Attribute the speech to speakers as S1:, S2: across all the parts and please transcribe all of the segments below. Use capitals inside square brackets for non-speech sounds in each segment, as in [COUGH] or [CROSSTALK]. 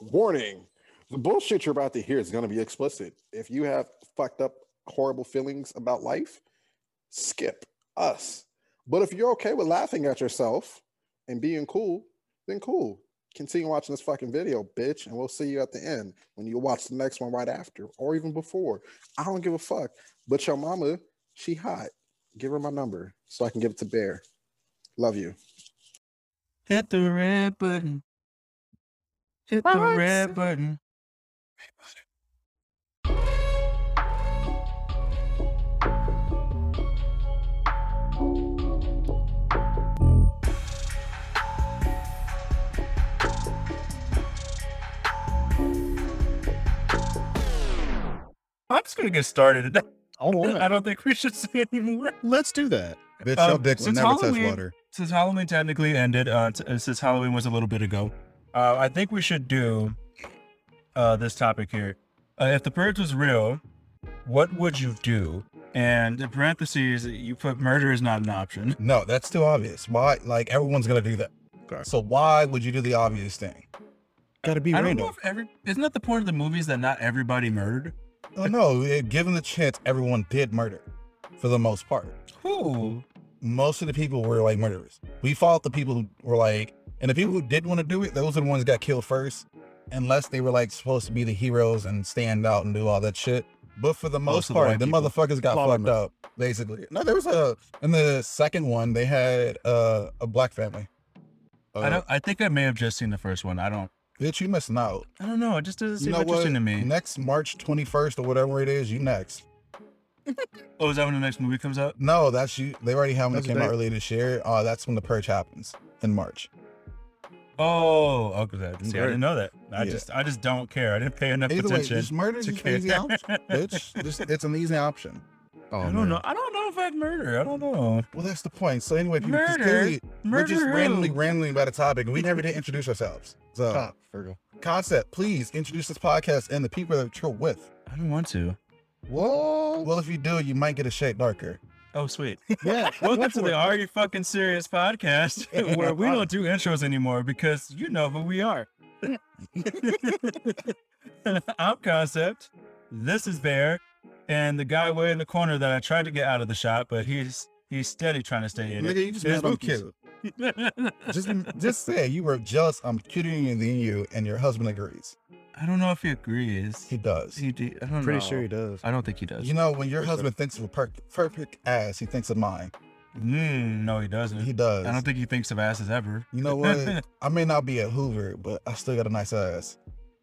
S1: Warning the bullshit you're about to hear is going to be explicit. If you have fucked up, horrible feelings about life, skip us. But if you're okay with laughing at yourself and being cool, then cool. Continue watching this fucking video, bitch, and we'll see you at the end when you watch the next one right after or even before. I don't give a fuck. But your mama, she hot. Give her my number so I can give it to Bear. Love you.
S2: Hit the red button. Hit the
S3: Lights.
S2: red button.
S4: I'm just gonna get started. [LAUGHS]
S5: Hold on.
S4: I don't think we should say anymore.
S5: Let's do that.
S6: Bitch,
S4: Um,
S6: your dicks will
S4: since
S6: never touch
S4: Halloween-
S6: water.
S4: Since Halloween technically ended, uh, t- uh, since Halloween was a little bit ago, uh, I think we should do uh, this topic here. Uh, if the purge was real, what would you do? And in parentheses, you put murder is not an option.
S6: No, that's too obvious. Why? Like everyone's gonna do that.
S5: Okay.
S6: So why would you do the obvious thing?
S5: Gotta be
S4: I don't know
S5: random.
S4: if every isn't that the point of the movies that not everybody murdered?
S6: Oh no, eh, given the chance, everyone did murder, for the most part.
S4: Who?
S6: Most of the people were like murderers. We fought the people who were like, and the people who did want to do it, those are the ones that got killed first, unless they were like supposed to be the heroes and stand out and do all that shit. But for the
S4: Most
S6: most
S4: of the
S6: part,
S4: white
S6: the,
S4: people.
S6: motherfuckers got
S5: A lot of
S6: fucked
S5: them.
S6: up, basically. No, there was a in the second one they had uh, a black family. Uh,
S4: I don't. I think I may have just seen the first one. I don't.
S6: Bitch, you missing out.
S4: I don't know. It just doesn't
S6: You
S4: seem
S6: know what?
S4: interesting to me.
S6: Next March 21st or whatever it is, you next.
S4: oh, is that when the next movie comes out?
S6: No, that's you. They already have one
S5: That's
S6: that
S5: the
S6: came out
S5: date.
S6: earlier this year. Uh, that's when the purge happens in March.
S4: Oh, okay. that- See, I
S5: Right.
S4: didn't know that. I
S6: Yeah.
S4: just, I just don't care. I didn't pay enough
S6: Either way,
S4: attention.
S6: just murder is
S4: to
S6: an
S4: [LAUGHS]
S6: easy
S4: care.
S6: option, bitch. Just, it's an easy option.
S5: Oh,
S4: I don't
S5: man.
S4: know. I don't know if I'd murder. I don't know.
S6: Well, that's the point. So anyway, people, 'cause
S4: Murder?
S6: clearly we're
S4: Murder.
S6: just randomly
S4: who?
S6: rambling about a topic, and we never did introduce ourselves. So,
S5: Stop, Virgo.
S6: concept, please introduce this podcast and the people that you're with.
S4: I don't want to.
S5: Whoa.
S6: Well, if you do, you might get a shade darker.
S4: Oh, sweet.
S5: [LAUGHS] yeah.
S4: [LAUGHS] Welcome
S5: that's
S4: to
S5: what-
S4: the Are You Fucking Serious podcast, [LAUGHS] where we don't do intros anymore because you know who we are. [LAUGHS] I'm Concept. This is Bear, and the guy way in the corner that I tried to get out of the shot, but he's he's steady trying to stay in
S6: Nigga, you just
S4: It's
S6: mad I'm
S4: monkeys.
S6: cute.
S4: it.
S6: Just, just say you were jealous. I'm cuter than you, and your husband agrees.
S4: [LAUGHS] I don't know if he agrees.
S6: He does.
S4: He do, I don't
S5: Pretty
S4: know.
S5: sure he does.
S4: I don't think he does.
S6: You know, when your
S5: For sure.
S6: husband thinks of a per- perfect ass, he thinks of mine.
S4: Mm, no, he doesn't.
S6: He does.
S4: I don't think he thinks of asses ever.
S6: you know
S5: [LAUGHS]
S6: what? I may not be a Hoover, but I still got a nice ass.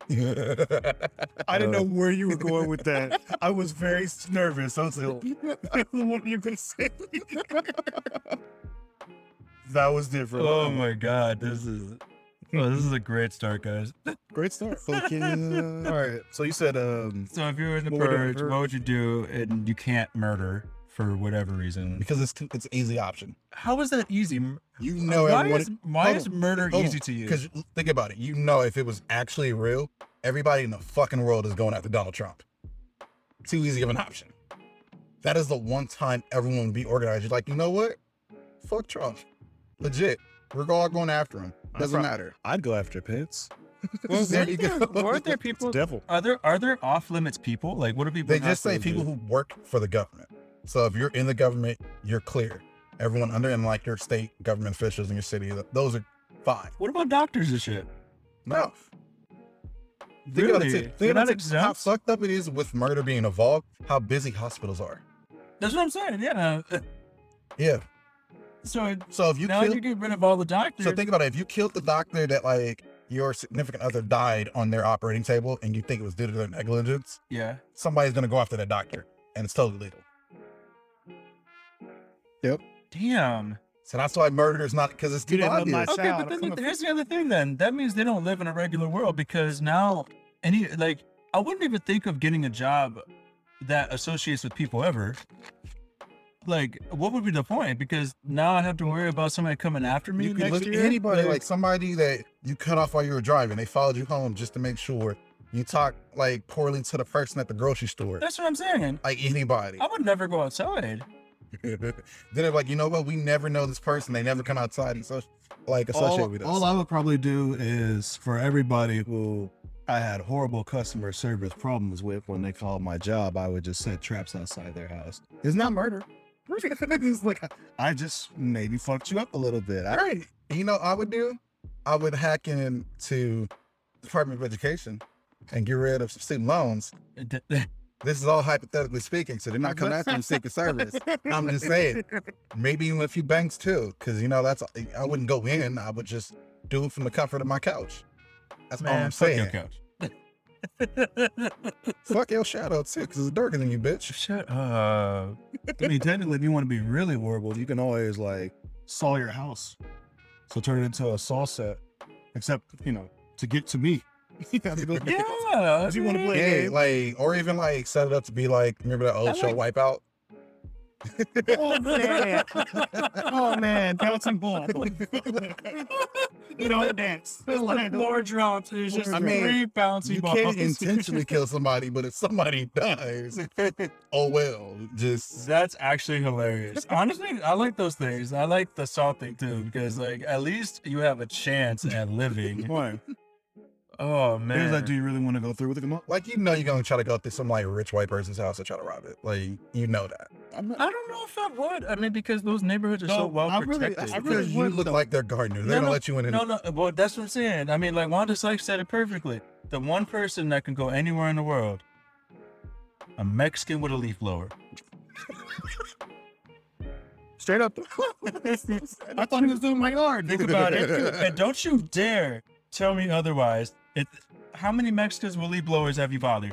S5: I didn't
S6: Uh, [LAUGHS]
S5: know where you were going with that. I was very nervous. I was
S6: [LAUGHS]
S5: like, what are you going to say? [LAUGHS] that was different.
S4: oh my god, this is oh, this is a great start,
S6: [LAUGHS]
S4: guys.
S5: Great start. Fucking, uh, all right. So you said, um,
S4: So if you were in the
S5: What would I
S4: purge,
S5: do?
S4: what would you do? And you can't murder for whatever reason.
S6: because it's too- it's an easy option.
S4: How is that easy? M-
S5: Uh,
S6: You know
S4: why
S6: everyone
S4: is, why
S6: hold
S4: is
S6: on,
S4: murder
S6: hold on,
S4: easy to you?
S6: because think about it. You know, if it was actually real, everybody in the fucking world is going after Donald Trump. Too easy of an option. That is the one time everyone would be organized. You're like, you know what? Fuck Trump. Legit. We're all going after him.
S5: I
S6: Doesn't
S5: prob-
S6: matter.
S5: I'd go after Pence.
S4: Well,
S6: there
S4: weren't
S6: you
S4: there-
S6: go.
S4: Weren't there
S5: It's
S4: people?
S5: devil.
S4: Are there are there off limits people? Like what are people?
S6: They
S4: not
S6: just say
S4: supposed to do?
S6: people who work for the government. So if you're in the government, you're clear. Everyone under and like your state government officials in your city, th- those are fine.
S4: What about doctors and shit?
S6: No. Think about
S4: Really?
S6: it. too.
S4: They're
S6: Think about
S4: not
S6: it, too, how
S4: exempt.
S6: fucked up it is with murder being involved, how busy hospitals are.
S4: That's what I'm saying. Yeah. [LAUGHS]
S6: Yeah.
S4: So it-
S6: So if you
S4: now
S6: kill,
S4: you get rid of all the doctors.
S6: so think about it. If you killed the doctor that like your significant other died on their operating table and you think it was due to their negligence,
S4: yeah.
S6: somebody's gonna go after that doctor and it's totally legal.
S4: Damn.
S6: So that's why murder is not because it's
S5: You
S6: too
S5: didn't let my
S6: obvious.
S5: That's
S4: Okay,
S5: out.
S4: but then
S5: I'm
S4: the-
S5: a-
S4: here's the other thing. Then that means they don't live in a regular world because now any like I wouldn't even think of getting a job that associates with people ever. Like, what would be the point? Because now I'd have to worry about somebody coming after me
S6: you could
S4: next
S6: look at
S4: year.
S6: anybody like somebody that you cut off while you were driving. They followed you home just to make sure you talk like poorly to the person at the grocery store.
S4: that's what I'm saying.
S6: Like anybody.
S5: Oh.
S4: I would never go outside.
S6: [LAUGHS] then they're like, you know what? We never know this person. They never come outside and so like associate
S5: all,
S6: with us.
S5: all I would probably do is for everybody who I had horrible customer service problems with when they called my job. I would just set traps outside their house. It's not murder. [LAUGHS] it's like I just maybe fucked you up a little bit. I,
S6: All right. You know, what I would do, I would hack into Department of Education and get rid of some student loans.
S4: [LAUGHS]
S6: This is all hypothetically speaking, so they're not coming after you Secret Service. I'm just saying, maybe even a few banks too, because you know that's I wouldn't go in. I would just do it from the comfort of my couch. That's all I'm
S4: fuck your
S6: saying.
S4: couch.
S6: Fuck your shadow too, because it's darker than you, bitch.
S4: Shut up.
S5: I mean, technically, if you want to be really horrible, you can always like saw your house, so turn it into a saw set. Except you know, to get to me, [LAUGHS] you have to go. [LAUGHS]
S4: Yeah.
S5: Do you wanna
S4: I
S5: play-
S4: mean,
S6: Yeah, like or even like set it up to be like remember that old
S4: I
S6: show Wipeout?
S2: Oh man!
S4: [LAUGHS]
S2: oh man! Bouncing ball. you don't dance. It's like more drums. It's just
S6: I mean,
S4: three bouncy
S6: You
S4: balls. [LAUGHS]
S6: can't intentionally [LAUGHS] kill somebody, but if somebody [LAUGHS] dies, oh well. Just
S4: That's actually hilarious. Honestly, I like those things. I like the salt thing too, because like at least you have a chance at [LAUGHS] living.
S5: Why?
S4: Oh man.
S5: There's like, do you really want to go through with it? Come on.
S6: like you know, you're gonna try to go up to some like rich white person's house and try to rob it. Like you know that
S4: I don't know if I would. I mean, because those neighborhoods are so
S5: No,
S4: well
S5: I really-
S4: protected.
S5: that's- I really
S6: because you
S5: would,
S6: look
S5: though.
S6: like their gardener. They're
S4: No,
S6: gonna let you in. And,
S4: no, no. Well, that's what I'm saying. I mean, like Wanda Sykes said it perfectly. The one person that can go anywhere in the world, a Mexican with a leaf blower.
S5: Straight up. [LAUGHS] I thought he was doing my yard.
S4: Think about it.
S6: [LAUGHS]
S4: [LAUGHS] and don't you dare tell me otherwise. It, how many Mexicans with leaf blowers have you bothered?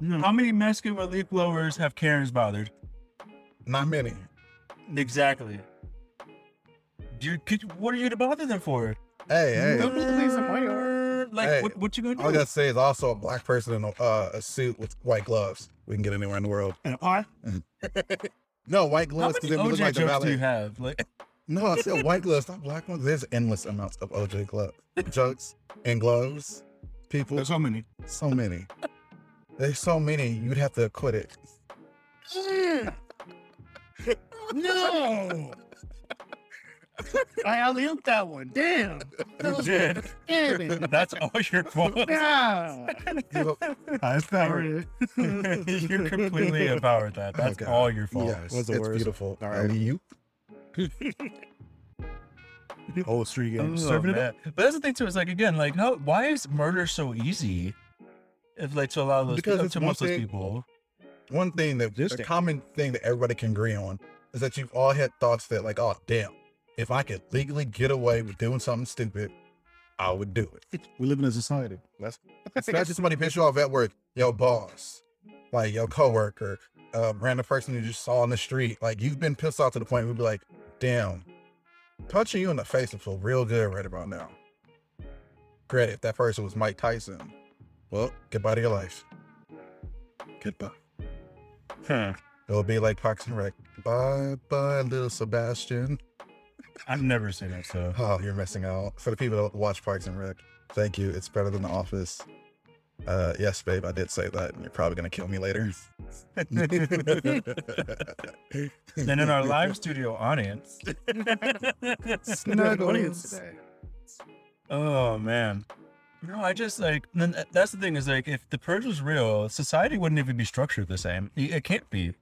S4: how many Mexican with leaf blowers have Karens bothered?
S6: Not many.
S4: Exactly. Do you, could, what are you to bother them for?
S6: Hey, hey.
S5: Nope. police in my
S4: Like,
S6: Hey,
S4: what, what you gonna do?
S6: All I gotta say is also a black person in a, uh, a suit with white gloves. We can get anywhere in the world.
S5: And I,
S6: No white
S4: How
S6: gloves. 'cause
S4: many
S6: then
S4: OJ
S6: we look like the
S4: jokes do you
S6: valet.
S4: have? Like, [LAUGHS]
S6: No, I said white gloves, not black ones. There's endless amounts of OJ glove jokes and gloves. People,
S5: there's so many.
S6: so many. There's so many. You'd have to acquit it.
S5: [LAUGHS]
S2: no! I alley ooped that one. Damn!
S4: you did. [LAUGHS]
S2: Damn it!
S4: That's all your
S6: [LAUGHS]
S4: fault.
S2: Nah.
S5: [LAUGHS]
S6: Give up-
S5: I found
S6: [LAUGHS]
S2: Sorry.
S4: you completely empowered that. That's
S6: Okay.
S4: all your fault.
S6: Oh, yes,
S5: What's the
S6: it's
S5: worst?
S6: beautiful.
S5: All right.
S6: Uh, you
S5: [LAUGHS] whole street
S4: Oh,
S5: game. Serving it up.
S4: man. But that's the thing too. It's like again, like how why is murder so easy? If like to allow those
S6: Because
S4: people,
S6: it's
S4: to
S6: one
S4: most those
S6: thing-
S4: people.
S6: one thing that the
S5: Interesting.
S6: common thing that everybody can agree on is that you've all had thoughts that like, oh damn, if I could legally get away with doing something stupid, I would do it.
S5: We live in a society. That's
S6: [LAUGHS] Especially somebody piss you off at work, your boss, like your coworker, a random person you just saw on the street. Like you've been pissed off to the point where you'd be like, damn, punching you in the face would feel real good right about now. Granted, if that person was Mike Tyson, well, goodbye to your life. Goodbye. It'll be like Parks and Rec. Bye bye, little Sebastian.
S4: I've never seen that
S6: [LAUGHS]
S4: so.
S6: Oh, you're missing out. For the people that watch Parks and Rec, thank you. It's better than The Office. Uh, yes, babe, I did say that, and you're probably gonna kill
S4: [LAUGHS]
S6: me later.
S4: Then in our live studio audience. [LAUGHS]
S6: snuggles.
S4: Oh man. No, I just like then th- that's the thing is like if the purge was real, society wouldn't even be structured the same. It it can't be.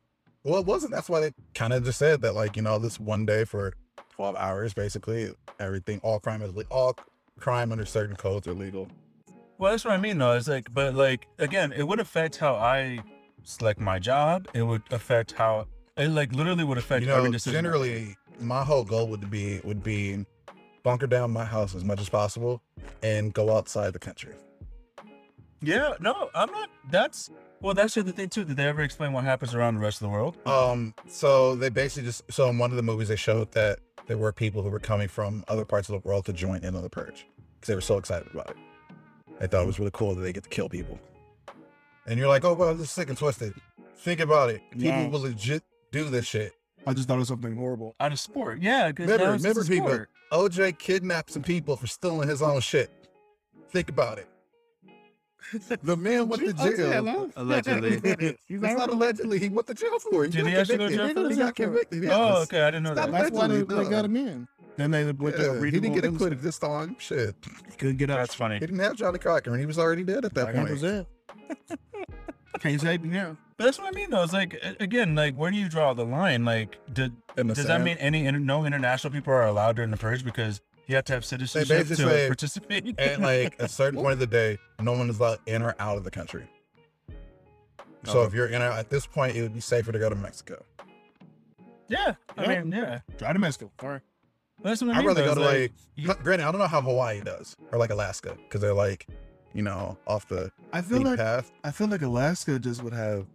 S6: Well, it wasn't. That's why they kind of just said that, like you know, this one day for twelve hours, basically, everything, all crime is le- all crime under certain codes are legal.
S4: Well, that's what I mean though. It's like, but like again, it would affect how I select my job. It would affect how it like literally would affect
S6: you know,
S4: every decision. I make.
S6: generally, my whole goal would be would be bunker down my house as much as possible and go outside the country.
S4: Yeah, no, I'm not. That's well, that's the other thing too. Did they ever explain what happens around the rest of the world?
S6: Um, so they basically just so in one of the movies they showed that there were people who were coming from other parts of the world to join in on the purge because they were so excited about it. I thought it was really cool that they get to kill people. And you're like, oh wow, this is sick and twisted. Think about it. People
S5: Yeah.
S6: will legit do this shit.
S5: I just thought of something [LAUGHS] horrible.
S4: Out of sport, yeah. 'cause
S6: Remember-
S4: now it's just a
S6: remember people-
S4: sport.
S6: OJ kidnapped some people for stealing his own shit. Think about it.
S5: [LAUGHS]
S6: The man went to
S5: Oh,
S6: jail.
S3: Allegedly.
S2: He's
S6: It's not allegedly. He went to jail for it.
S4: Did he actually go to jail
S6: convicted.
S4: for it?
S6: He got convicted. yeah.
S4: Oh, okay. I didn't know
S6: Stop
S4: that.
S5: That's why they,
S6: Allegedly,
S5: they got
S6: no.
S5: him in. Then they went
S6: Yeah,
S5: to
S6: he
S5: reading.
S6: didn't get acquitted this time. Shit.
S5: Could get out.
S4: That's funny.
S6: He didn't have Johnny Cochran. He was already dead at that
S5: Like, I was
S6: point.
S5: there. Can't save me now.
S4: But that's what I mean, though. It's like a- again, like where do you draw the line? Like, did,
S6: In the
S4: does that
S6: sand.
S4: mean any inter- no international people are allowed during the purge because you have to have citizenship to
S6: basically say-
S4: participate?
S6: At like a certain point of the day, no one is allowed in or out of the country. So
S4: Okay.
S6: if you're in or at this point, it would be safer to go to Mexico.
S4: [LAUGHS] yeah, I
S5: Yeah.
S4: mean, yeah.
S5: Try to Mexico. All right.
S4: That's what I mean.
S6: I'd rather
S4: though.
S6: go
S4: It's
S6: to like,
S4: you-
S6: not- granted, I don't know how Hawaii does or like Alaska because they're like, you know, off the
S5: I feel
S6: beaten
S5: like
S6: path.
S5: I feel like Alaska just would have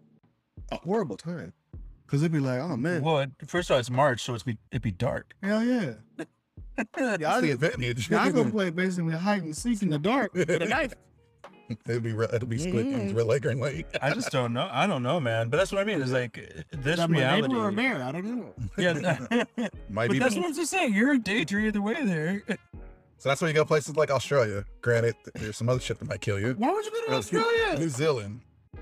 S5: a horrible time because they'd be like, oh man,
S4: well, it- first of all, it's March, so it's be it'd be dark.
S5: hell [LAUGHS] yeah,
S6: That's the advantage.
S5: yeah, I
S6: [LAUGHS]
S5: gonna play basically hide and seek in the dark.
S6: it'd be re- it'd be squid games,
S5: Mhm.
S6: red lake, green lake.
S4: I just don't know. I don't know, man. But that's what I mean. It's like this
S5: I'm a
S4: reality.
S5: neighbor or a man, I don't know.
S6: [LAUGHS]
S4: yeah, that-
S6: [LAUGHS] Might
S4: but
S6: be.
S4: that's what I'm just saying. You're a daydream either way. There,
S6: so that's where you go places like Australia. Granted, th- there's some other shit that might kill you.
S4: why would you go to
S6: Really?
S4: Australia?
S6: New Zealand,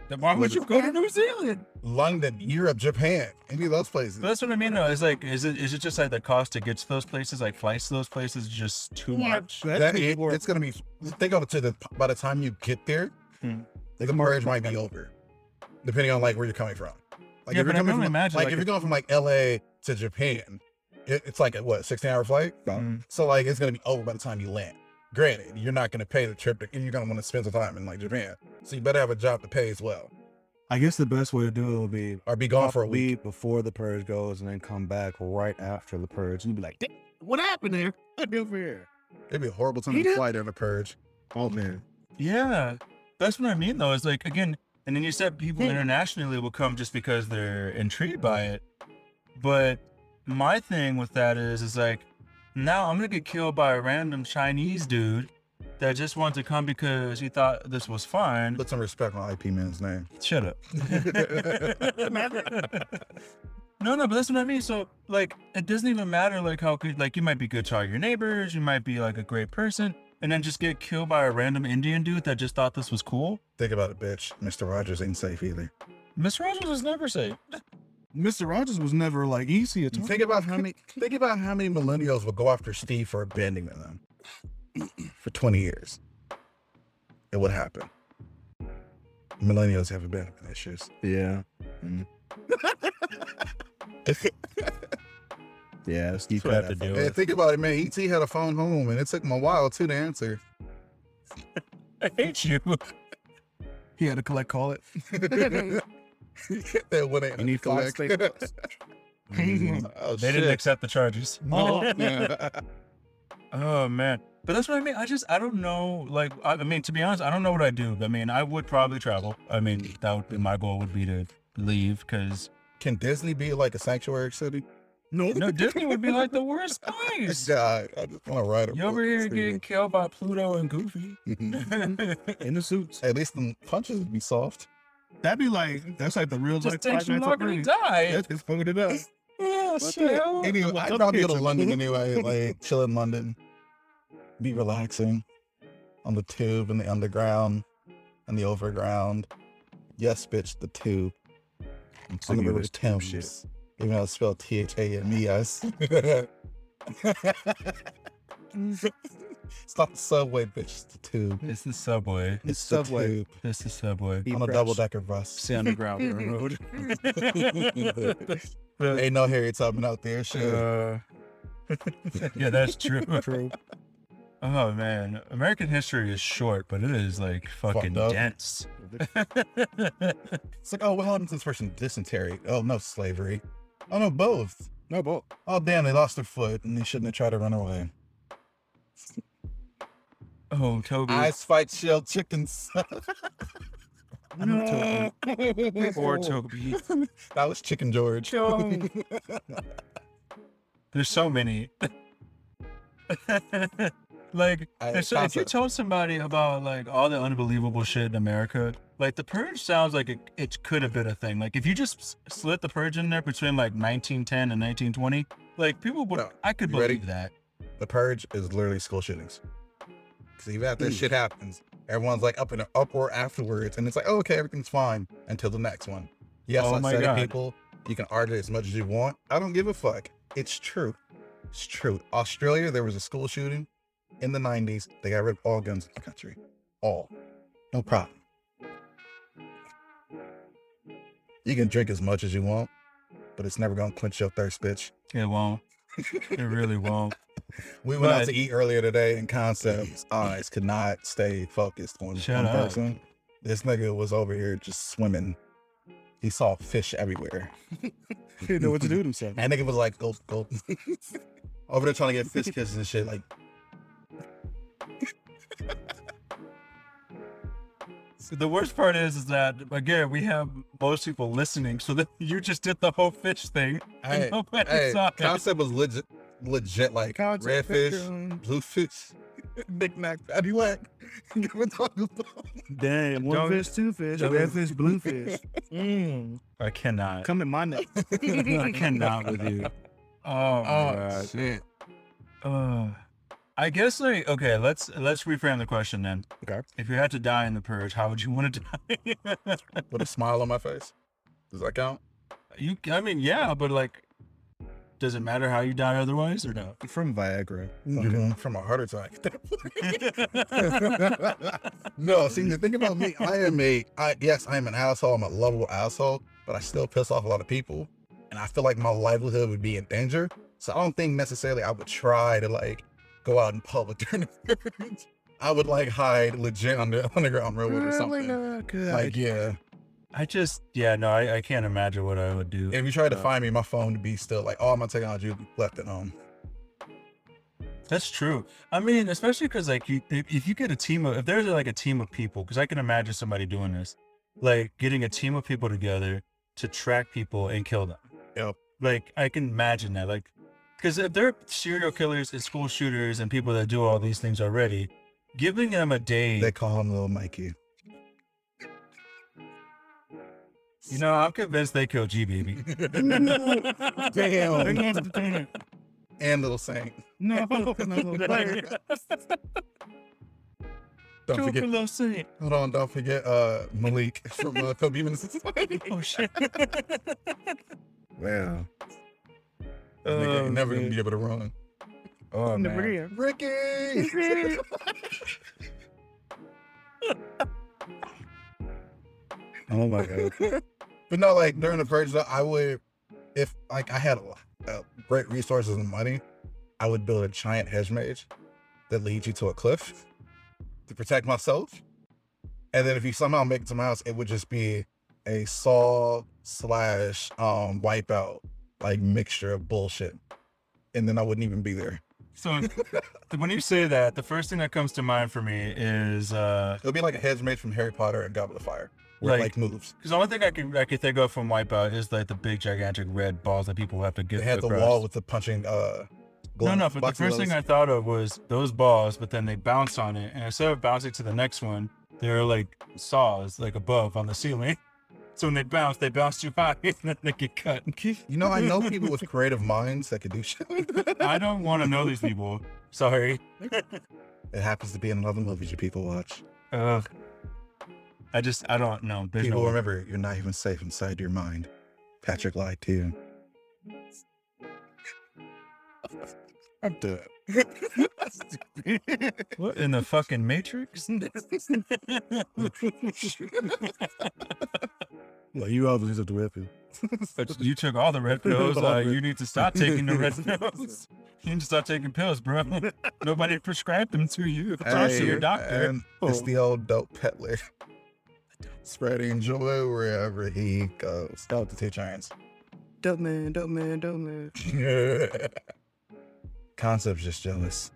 S4: Then why would you go to New Zealand?
S6: London, Europe, Japan, any of those places.
S4: But that's what I mean, though. It's like, is it is it just like the cost to get to those places, like flights to those places, is just too [LAUGHS]
S5: [LAUGHS]
S2: Yeah.
S4: much?
S6: That, it- it's gonna be. Think of it to the by the time you get there,
S4: Hmm.
S6: the merge might be over, depending on like where you're coming from. Like
S4: Yeah,
S6: if
S4: but I
S6: you're
S4: can
S6: coming from
S4: only imagine,
S6: like,
S4: like,
S6: if
S4: if-
S6: you're going from like L.A. to Japan, it, it's like a what 16 hour flight.
S4: Mm.
S6: So like it's gonna be over by the time you land. Granted, you're not gonna pay the trip. To, you're gonna want to spend some time in like Japan, so you better have a job to pay as well,
S5: I guess the best way to do it would be
S6: or be gone for a week.
S5: leave before the purge goes and then come back right after the purge. And you'd be like, "Damn, what happened there? What happened over here?
S6: It'd be a horrible time
S5: You
S6: to
S5: know-
S6: fly during the purge.
S5: Oh man,
S4: Yeah, that's what I mean, though. It's like again, and then you said people internationally will come just because they're intrigued by it. But my thing with that is, is like now I'm gonna get killed by a random Chinese dude that just wanted to come because he thought this was fun.
S6: Put some respect on IP man's name.
S4: Shut up. [LAUGHS] no, no, but that's what I mean. So, like, it doesn't even matter, like, how good, like, you might be good to all your neighbors, you might be, like, a great person, and then just get killed by a random Indian dude that just thought this was cool.
S6: Think about it, bitch. Mr. Rogers ain't safe either.
S4: Mr. Rogers was never safe.
S5: Mr. Rogers was never like easy at all.
S6: Think about how many think about how many millennials will go after Steve for abandoning them for 20 years. It would happen. Millennials have
S4: [LAUGHS]
S6: abandonment issues.
S5: Yeah, yeah, it's deep
S4: what I
S5: cut
S4: have to
S5: that
S4: do.
S5: fuck.
S6: Hey, think about it, man. ET had a phone home and it took him a while too to [LAUGHS] answer.
S4: I
S5: [LAUGHS]
S4: hate you.
S5: He had to collect call it.
S6: that one ain't
S5: You need Fox,
S6: collect.
S5: stay Fox.
S6: [LAUGHS] oh,
S4: They
S6: shit.
S4: didn't accept the charges.
S5: Oh,
S4: [LAUGHS]
S6: Yeah.
S4: Oh man, but that's what I mean. I just I don't know. Like I, I mean, to be honest, I don't know what I do. I mean, I would probably travel. I mean, that would be my goal would be to leave because
S6: Can Disney be like a sanctuary city?
S5: no,
S4: no Disney would be like the
S5: [LAUGHS]
S4: worst place.
S6: God, I just want to ride a
S4: You over
S6: book
S4: here
S6: too.
S4: getting killed by Pluto and Goofy.
S6: [LAUGHS]
S4: [LAUGHS]
S5: Mm-hmm. in the suits.
S6: At least the punches would be soft.
S5: [LAUGHS] That'd be like that's like the real
S4: Just
S5: life.
S4: thinks
S5: Five
S4: you're
S5: Nights at
S4: not gonna
S5: Freddy's.
S4: die.
S5: That's just fucking it up.
S4: [LAUGHS] Yeah,
S5: Oh,
S4: shit.
S6: Anyway,
S5: What's
S6: I'd
S5: up,
S6: probably go to
S5: Peter?
S6: London anyway, like chill in London, be relaxing on the tube and the underground and the overground. Yes, bitch, the tube
S5: I'm
S6: on the
S5: of
S6: river
S5: this
S6: Thames.
S5: shit.
S6: Even though it's spelled T H A M E S. [LAUGHS] It's not the subway, bitch. It's the tube.
S4: It's the subway.
S5: It's subway.
S6: The tube
S4: It's the subway.
S5: Be
S6: on a
S5: fresh.
S6: double decker bus.
S5: Sit underground railroad.
S4: [LAUGHS]
S6: [LAUGHS] Ain't no Harry Tubman out there. Shit.
S4: Uh,
S6: [LAUGHS]
S4: yeah, that's true. true. Oh man, American history is short, but it is like fucking
S6: up.
S4: dense.
S6: It's like, oh, what happened to this person? Dysentery. Oh, no, slavery. Oh, no, both.
S5: No, but
S6: Oh, damn, they lost their foot and they shouldn't have tried to run away.
S4: oh, Toby.
S6: Eyes fight shelled chickens.
S5: No.
S4: Poor Toby.
S6: that was Chicken George.
S4: There's so many. [LAUGHS] like,
S6: [LAUGHS] I-
S4: if, so, if you
S6: Casa.
S4: told somebody about like all the unbelievable shit in America, like the purge sounds like it, it could have been a thing. Like if you just s- slid the purge in there between like 1910 and 1920, like people would,
S6: No.
S4: I could
S6: You
S4: believe
S6: ready?
S4: that. Hmm.
S6: The Purge is literally school shootings. See, even after that shit happens, Everyone's like up in an uproar afterwards, and it's like, oh, okay, everything's fine until the next one. Yes,
S4: Oh
S6: I
S4: my
S6: said it,
S4: God.
S6: people. You can argue as much as you want. I don't give a fuck. It's true. It's true. Australia, there was a school shooting in the 90s. They got rid of all guns in the country. All. No problem. You can drink as much as you want, but it's never going to quench your thirst, bitch.
S4: It
S6: [LAUGHS]
S4: won't. It really won't.
S6: We went out
S4: But-
S6: to eat earlier today, and Concept's eyes could not stay focused on
S4: Shut
S6: one
S4: up.
S6: person. This nigga was over here just swimming. He saw fish everywhere.
S5: [LAUGHS] He didn't know what to do with himself.
S6: That nigga was like, go, go. [LAUGHS] over there trying to get [LAUGHS] fish kisses and shit. Like,
S4: The worst part is, is that again we have most people listening, so that you just did the whole fish thing. [LAUGHS] and
S6: hey,
S4: nobody
S6: [LAUGHS] hey,
S4: saw it.
S6: Concept was legit, legit like red fish, blue fish, [LAUGHS] knick knack, paddywhack. [LAUGHS] Give it to him.
S5: Damn, one
S4: Don't-
S5: fish, two fish,
S4: don't-
S5: red fish, blue
S4: [LAUGHS]
S5: fish. Mm,
S4: I cannot.
S5: come in my neck. [LAUGHS]
S4: I [LAUGHS] cannot with
S6: [LAUGHS]
S4: you. Oh,
S6: Oh,
S4: my
S6: shit.
S4: God. Uh, I guess like okay, let's let's reframe the question then.
S6: Okay.
S4: If you had to die in the purge, how would you want to die? [LAUGHS]
S6: With a smile on my face. Does that count?
S4: you, I mean, yeah, but like, does it matter how you die otherwise or no?
S5: From [LAUGHS] Viagra.
S6: Mhm. From a heart attack. [LAUGHS] No, see, the thing about me, I am a, I, yes, I am an asshole. I'm a lovable asshole, but I still piss off a lot of people. And I feel like my livelihood would be in danger. So I don't think necessarily I would try to like go out in public [LAUGHS] during the purge. I would like hide legit on the [LAUGHS] underground railroad or something. Like, yeah.
S4: I just, yeah, no, I, I can't imagine what I would do.
S6: If you tried to find me, my phone would be still like, all my technology would be left at home.
S4: That's true. I mean, especially because like you, if, if you get a team of, if there's like a team of people, because I can
S5: [LAUGHS]
S4: imagine somebody doing this, like getting a team of people together to track people and kill them.
S6: Yep.
S4: Like I can imagine that. Like, because if they're serial killers and school shooters and people that do all these things already, giving them a day,
S6: They call him Little Mikey.
S4: you know, I'm convinced they kill G baby.
S2: Big
S6: Damn.
S2: man's entertainer.
S6: and Little Saint.
S4: [LAUGHS]
S2: No, no, no, player.
S6: Don't forget Hold on, don't forget uh Malik from uh, Phil Beeman's Society.
S4: Oh shit.
S5: Wow.
S6: Nigga
S4: Oh,
S6: ain't never gonna
S4: man.
S6: be able to run.
S4: Oh,
S2: Never
S4: man.
S2: here.
S6: Ricky!
S5: Oh
S4: [LAUGHS]
S5: my god.
S6: but no, like during the purge, though, I would, if like I had uh, great resources and money, I would build a giant hedge maze that leads you to a cliff to protect myself. And then if you somehow make it to my house, it would just be a saw slash um wipeout like mixture of bullshit. And then I wouldn't even be there. [LAUGHS]
S4: So when you say that, the first thing that comes to mind for me is uh
S6: It'll be like a hedge maze from Harry Potter and Goblet of Fire, where
S4: Like-
S6: it, like moves.
S4: because the only thing I can I can think of from Wipeout is like the big gigantic red balls that people have to get.
S6: They had the
S4: across.
S6: wall with the punching. uh
S4: No,
S6: glove-
S4: no. But the
S6: boxing
S4: first thing I
S6: gloves.
S4: thought of was those balls, but then they bounce on it, and instead of bouncing to the next one, they're like saws, like above on the ceiling. [LAUGHS] So when they bounce, they bounce too high, [LAUGHS] and then they get cut.
S6: you know,
S4: [LAUGHS]
S6: I know people with creative minds that could do shit. like that.
S4: I don't want to know these people. Sorry.
S6: It happens to be in another movie you people watch.
S4: Ugh. I just I don't know. There's
S6: people
S4: no way.
S6: remember you're not even safe inside your mind. Patrick lied to you. I'm done.
S4: What [LAUGHS] in the fucking
S6: [LAUGHS]
S4: Matrix?
S5: Well, you obviously took the red pill.
S4: But you took all the red pills. Uh, you need to stop taking the red pills. You need to stop taking pills, bro. Nobody prescribed them to you. Talk to your doctor.
S6: And it's the old dope peddler. Spreading joy wherever he goes. Shout out to Two Giants.
S2: Dope man, dope man, dope man.
S6: [LAUGHS] Concept's just jealous.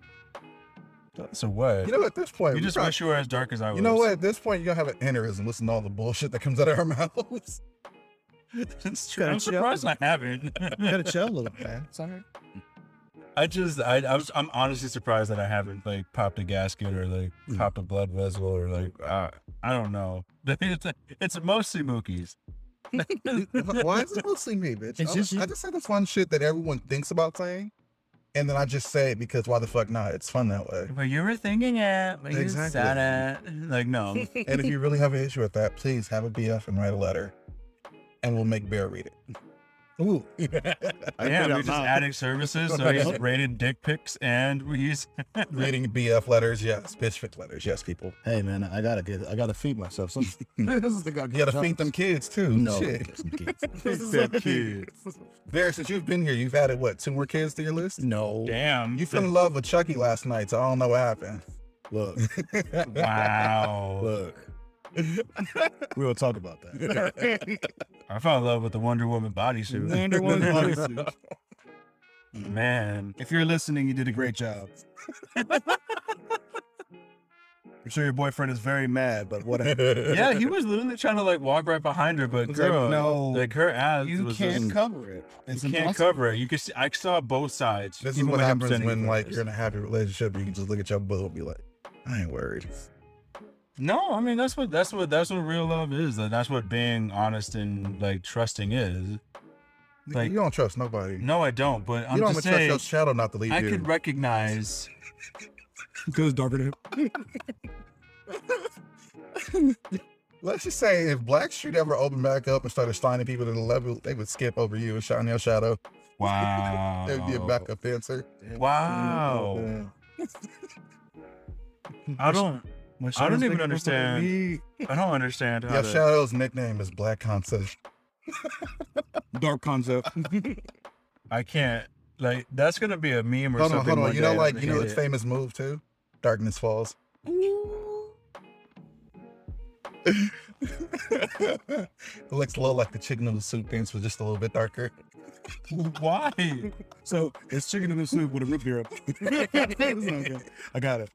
S4: So what?
S6: You
S4: You,
S6: know, at this point, we
S4: just
S6: probably-
S4: wish you were as dark as I was.
S6: You know what? At this point, you're gonna have an aneurysm. Listen to all the bullshit that comes out of our [LAUGHS] mouths.
S4: It's true.
S5: Gotta
S4: I'm
S5: chill.
S4: surprised I haven't.
S5: Gotta chill a little, man. It's all right.
S4: I just, I, I was, I'm honestly surprised that I haven't like popped a gasket or like popped a blood vessel or like, uh, I don't know. it's, it's mostly Mookie's.
S6: Why is it mostly me, bitch?
S5: It's
S6: I,
S5: just you.
S6: I just said this one shit that everyone thinks about saying, and then I just say it because why the fuck not? It's fun that way.
S4: But you were thinking it. But
S6: Exactly.
S4: You said it. Like no. [LAUGHS]
S6: And if you really have an issue with that, please have a BF and write a letter, and we'll make Bear read it. [LAUGHS] Ooh,
S4: yeah, we're just adding services. So he's
S6: [LAUGHS]
S4: rated dick pics, and we use. [LAUGHS]
S6: reading BF letters, yes, bitch fit letters, yes, people.
S5: Hey man, I gotta get, I gotta
S4: [LAUGHS]
S5: feed myself. Some, [LAUGHS]
S6: this is the guy. You gotta feed them kids too.
S5: no,
S6: Shit.
S5: get some kids.
S2: This is
S4: Except
S6: [LAUGHS]
S2: like-
S4: kids.
S6: Bear, since you've been here, you've added what two more kids to your list?
S5: no.
S4: Damn.
S6: You fell in love with Chucky last night, so I don't know what happened.
S5: Look,
S4: Wow.
S5: [LAUGHS] look. we will talk about that.
S4: I fell in love with the Wonder Woman bodysuit.
S2: Wonder
S4: [LAUGHS]
S2: Woman
S5: bodysuit.
S4: Man.
S5: If you're listening, you did a great [LAUGHS] job. I'm sure your boyfriend is very mad, but whatever. [LAUGHS]
S4: Yeah, he was literally trying to like walk right behind her, but
S5: It's like,
S4: girl,
S5: no,
S4: like her ass
S5: You
S4: was
S5: can't
S4: just,
S5: cover it. It's
S4: you can't
S5: impossible.
S4: cover it. You can see, I saw both sides.
S6: This is
S4: even
S6: what
S4: without
S6: happens
S4: presenting
S6: when
S4: photos.
S6: like you're in a happy relationship. You can just look at your boo and be like, I ain't worried.
S4: No, I mean that's what that's what that's what real love is. and that's what being honest and like trusting is.
S6: Nigga,
S4: Like-
S6: you don't trust nobody.
S4: No, I don't. But I'm
S6: you don't
S4: just
S6: even trust
S4: saying,
S6: your shadow not to leave
S4: I
S6: you.
S4: could recognize.
S5: Because darker than him.
S6: Let's just say if Blackstreet ever opened back up and started signing people to the level, they would skip over you and shine your shadow.
S4: Wow.
S6: There'd
S5: Oh.
S6: be a backup dancer.
S4: Wow. I don't.
S5: My
S4: I don't
S5: shadow's
S4: even
S5: bigger than
S4: understand.
S5: me.
S4: I don't understand how.
S6: Your
S4: to-
S6: shadow's nickname is Black Concept.
S5: Dark concept. [LAUGHS]
S4: I can't. Like that's gonna be a meme or
S6: Hold on,
S4: something.
S6: hold on.
S4: one
S6: You
S4: day
S6: know,
S4: that
S6: like
S4: we
S6: you know,
S4: hate
S6: its
S4: it.
S6: famous move too. Darkness falls. [LAUGHS] it looks a little like the chicken noodle soup dance, but just a little bit darker.
S4: [LAUGHS] Why?
S5: so it's chicken in the soup with a root [LAUGHS] beer. I got it.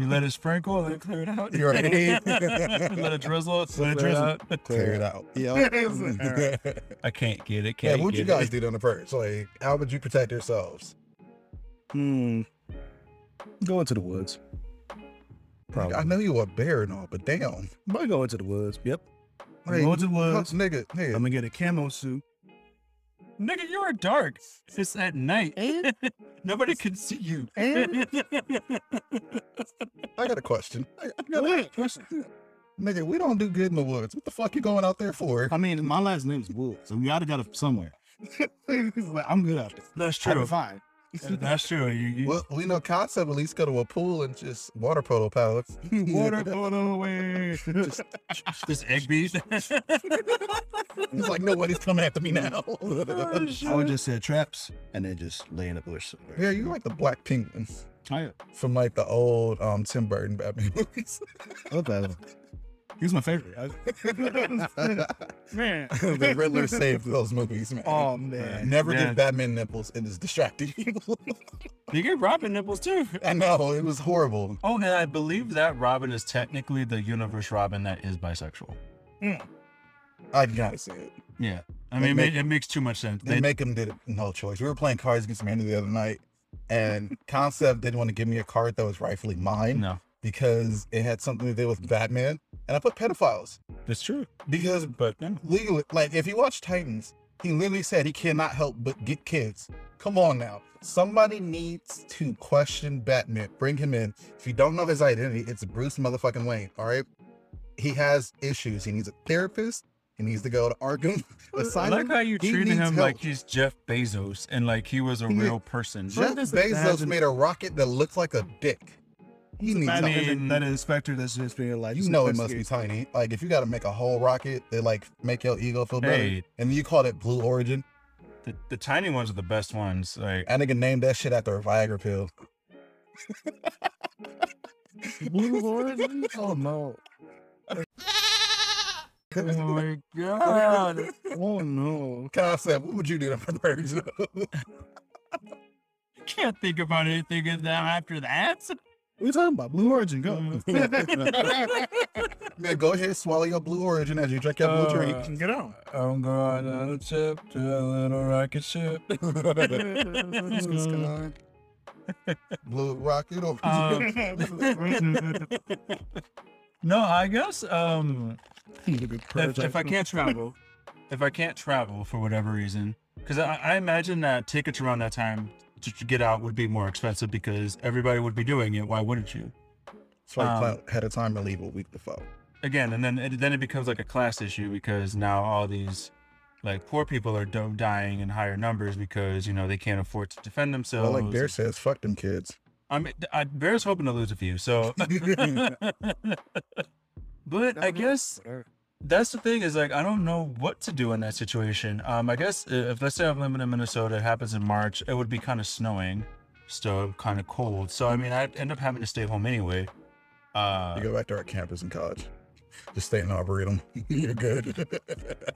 S4: You let it sprinkle and then clear it out. [LAUGHS]
S6: You're right.
S4: let it drizzle. Let
S5: Let
S4: it
S5: it
S4: drizzle.
S6: Clear it out.
S5: [LAUGHS]
S6: [LAUGHS]
S5: Yeah.
S4: I can't get it.
S6: yeah,
S4: Can't
S6: what
S4: get
S6: you
S4: it.
S6: guys do on the purge? Like, how would you protect yourselves?
S5: Hmm. Go into the woods. Probably.
S6: I know you a bear and all, but damn.
S5: Might go into the woods. Yep.
S6: Like,
S5: go into the woods.
S6: Hugs, nigga,
S5: I'm
S6: nigga.
S5: gonna get a camo suit.
S4: Nigga, you are dark. It's at night.
S2: And-
S4: [LAUGHS] Nobody can see you.
S2: and-
S6: I got a question. I, I got a question. Nigga, we don't do good in the woods. What the fuck you going out
S4: [LAUGHS]
S6: there for?
S5: I mean, my last name's Woods. So we gotta got it [LAUGHS] somewhere. I'm good at it.
S4: [LAUGHS] That's
S5: I'll be
S4: true.
S5: fine.
S4: That's true. You, you
S6: Well, we know concept at least go to a pool and just water polo paddles.
S5: [LAUGHS] Water going away.
S4: this egg beast.
S6: It's like nobody's
S4: [LAUGHS]
S6: coming after me now.
S4: Oh,
S6: [LAUGHS]
S5: I would just set traps and then just lay in a bush somewhere.
S6: yeah, you're like the black penguin
S4: Oh,
S5: I
S6: from like the old um, Tim Burton Batman
S4: [LAUGHS]
S6: [LAUGHS] movies.
S5: love that one. He was my favorite. I-
S2: Man.
S6: the Riddler saved those movies, man.
S5: oh man.
S6: Never
S4: Yeah.
S6: give Batman nipples. It is distracting.
S4: you get Robin nipples too.
S6: [LAUGHS] I know it was horrible.
S4: Oh, and I believe that Robin is technically the universe Robin that is bisexual.
S6: I gotta say it.
S4: Yeah. I
S6: They
S4: mean,
S6: make-
S4: it, it makes too much sense.
S6: They,
S4: They-
S6: make him did it. No choice. We were playing cards against Amanda the other night, and Concept didn't want to give me a card that was rightfully mine
S4: no,
S6: because it had something to do with Batman, and I put pedophiles
S4: that's true.
S6: because
S4: But yeah.
S6: legally, like if you watch Titans, he literally said he cannot help but get kids. Come on now, somebody needs to question Batman. Bring him in. If you don't know his identity, it's Bruce motherfucking Wayne. All right, he has issues. He needs a therapist. He needs to go to Arkham
S4: I
S6: Asylum.
S4: [LAUGHS] like how you
S6: He
S4: treated him
S6: needs
S4: like
S6: help.
S4: he's Jeff Bezos and like he was a
S6: Yeah.
S4: real person.
S6: Jeff
S2: just
S6: Bezos
S2: imagine-
S6: made a rocket that looks like a dick. He needs
S5: That,
S4: I
S6: help.
S4: mean-
S5: is- that inspector that's just being like,
S6: You
S5: just
S6: know it must be
S5: investigate.
S6: tiny. Like if you got to make a whole rocket that like make your ego feel better,
S4: Hey.
S6: and you call it Blue Origin.
S4: The, the tiny ones are the best ones. Like
S6: I nigga named that shit after a Viagra pill.
S4: [LAUGHS]
S2: Blue Origin?
S5: Oh no.
S4: oh my god.
S5: [LAUGHS] Oh no.
S6: Concept. What would you do to my birds? [LAUGHS]
S4: can't think about anything in that after that.
S5: What are you talking about? Blue Origin, go.
S4: Mm.
S5: [LAUGHS]
S6: Man, go ahead, swallow your Blue Origin as you drink your blue
S4: Uh,
S6: drink.
S2: Get on.
S4: I'm going on a trip to a little rocket
S5: [LAUGHS]
S4: ship. [LAUGHS]
S6: Blue rocket over.
S4: Um, Mm-hmm. no, I guess um, if, if I can't travel, if I can't travel for whatever reason, because I, I imagine that tickets around that time to to get out would be more expensive because everybody would be doing it. Why wouldn't you?
S6: That's why
S4: Um,
S6: Clout had a time illegal week before.
S4: Again, and then it, then it becomes like a class issue because now all these like poor people are do- dying in higher numbers because you know they can't afford to defend themselves.
S6: well, like Bear says, fuck them
S4: [LAUGHS]
S6: kids.
S4: I mean, I, Bear's hoping to lose a few, so. [LAUGHS] but I guess that's the thing is like I don't know what to do in that situation. Um, I guess i- if let's say I'm living in Minnesota, it happens in March, it would be kind of snowing, so kind of cold. So I mean, I'd end up having to stay home anyway. Uh,
S6: You go back to our campus in college. Just stay in the arboretum. [LAUGHS] You're good.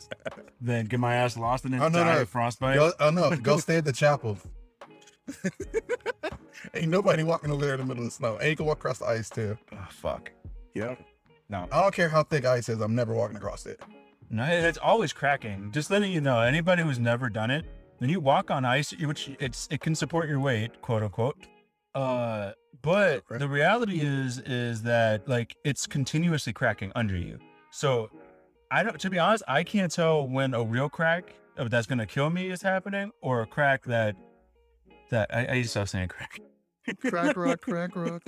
S6: [LAUGHS]
S4: then get my ass lost and then
S6: Oh, no,
S4: die
S6: no.
S4: of frostbite.
S6: go,
S4: [LAUGHS]
S6: oh no, go stay at the chapel. [LAUGHS] Ain't nobody walking over there in the middle of the snow. And you can walk across the ice too.
S4: Oh, fuck.
S1: Yeah.
S6: I don't care how thick ice is, I'm never walking across it. uh,
S4: No, it- it's always cracking. Just letting you know, anybody who's never done it, when you walk on ice, you- which it's it can support your weight, quote unquote. Uh, but
S6: Okay.
S4: the reality is is that like it's continuously cracking under you. So I don't. To be honest, I can't tell when a real crack of that's gonna kill me is happening or a crack that that I, I used to stop saying crack.
S6: Crack rock, crack rock.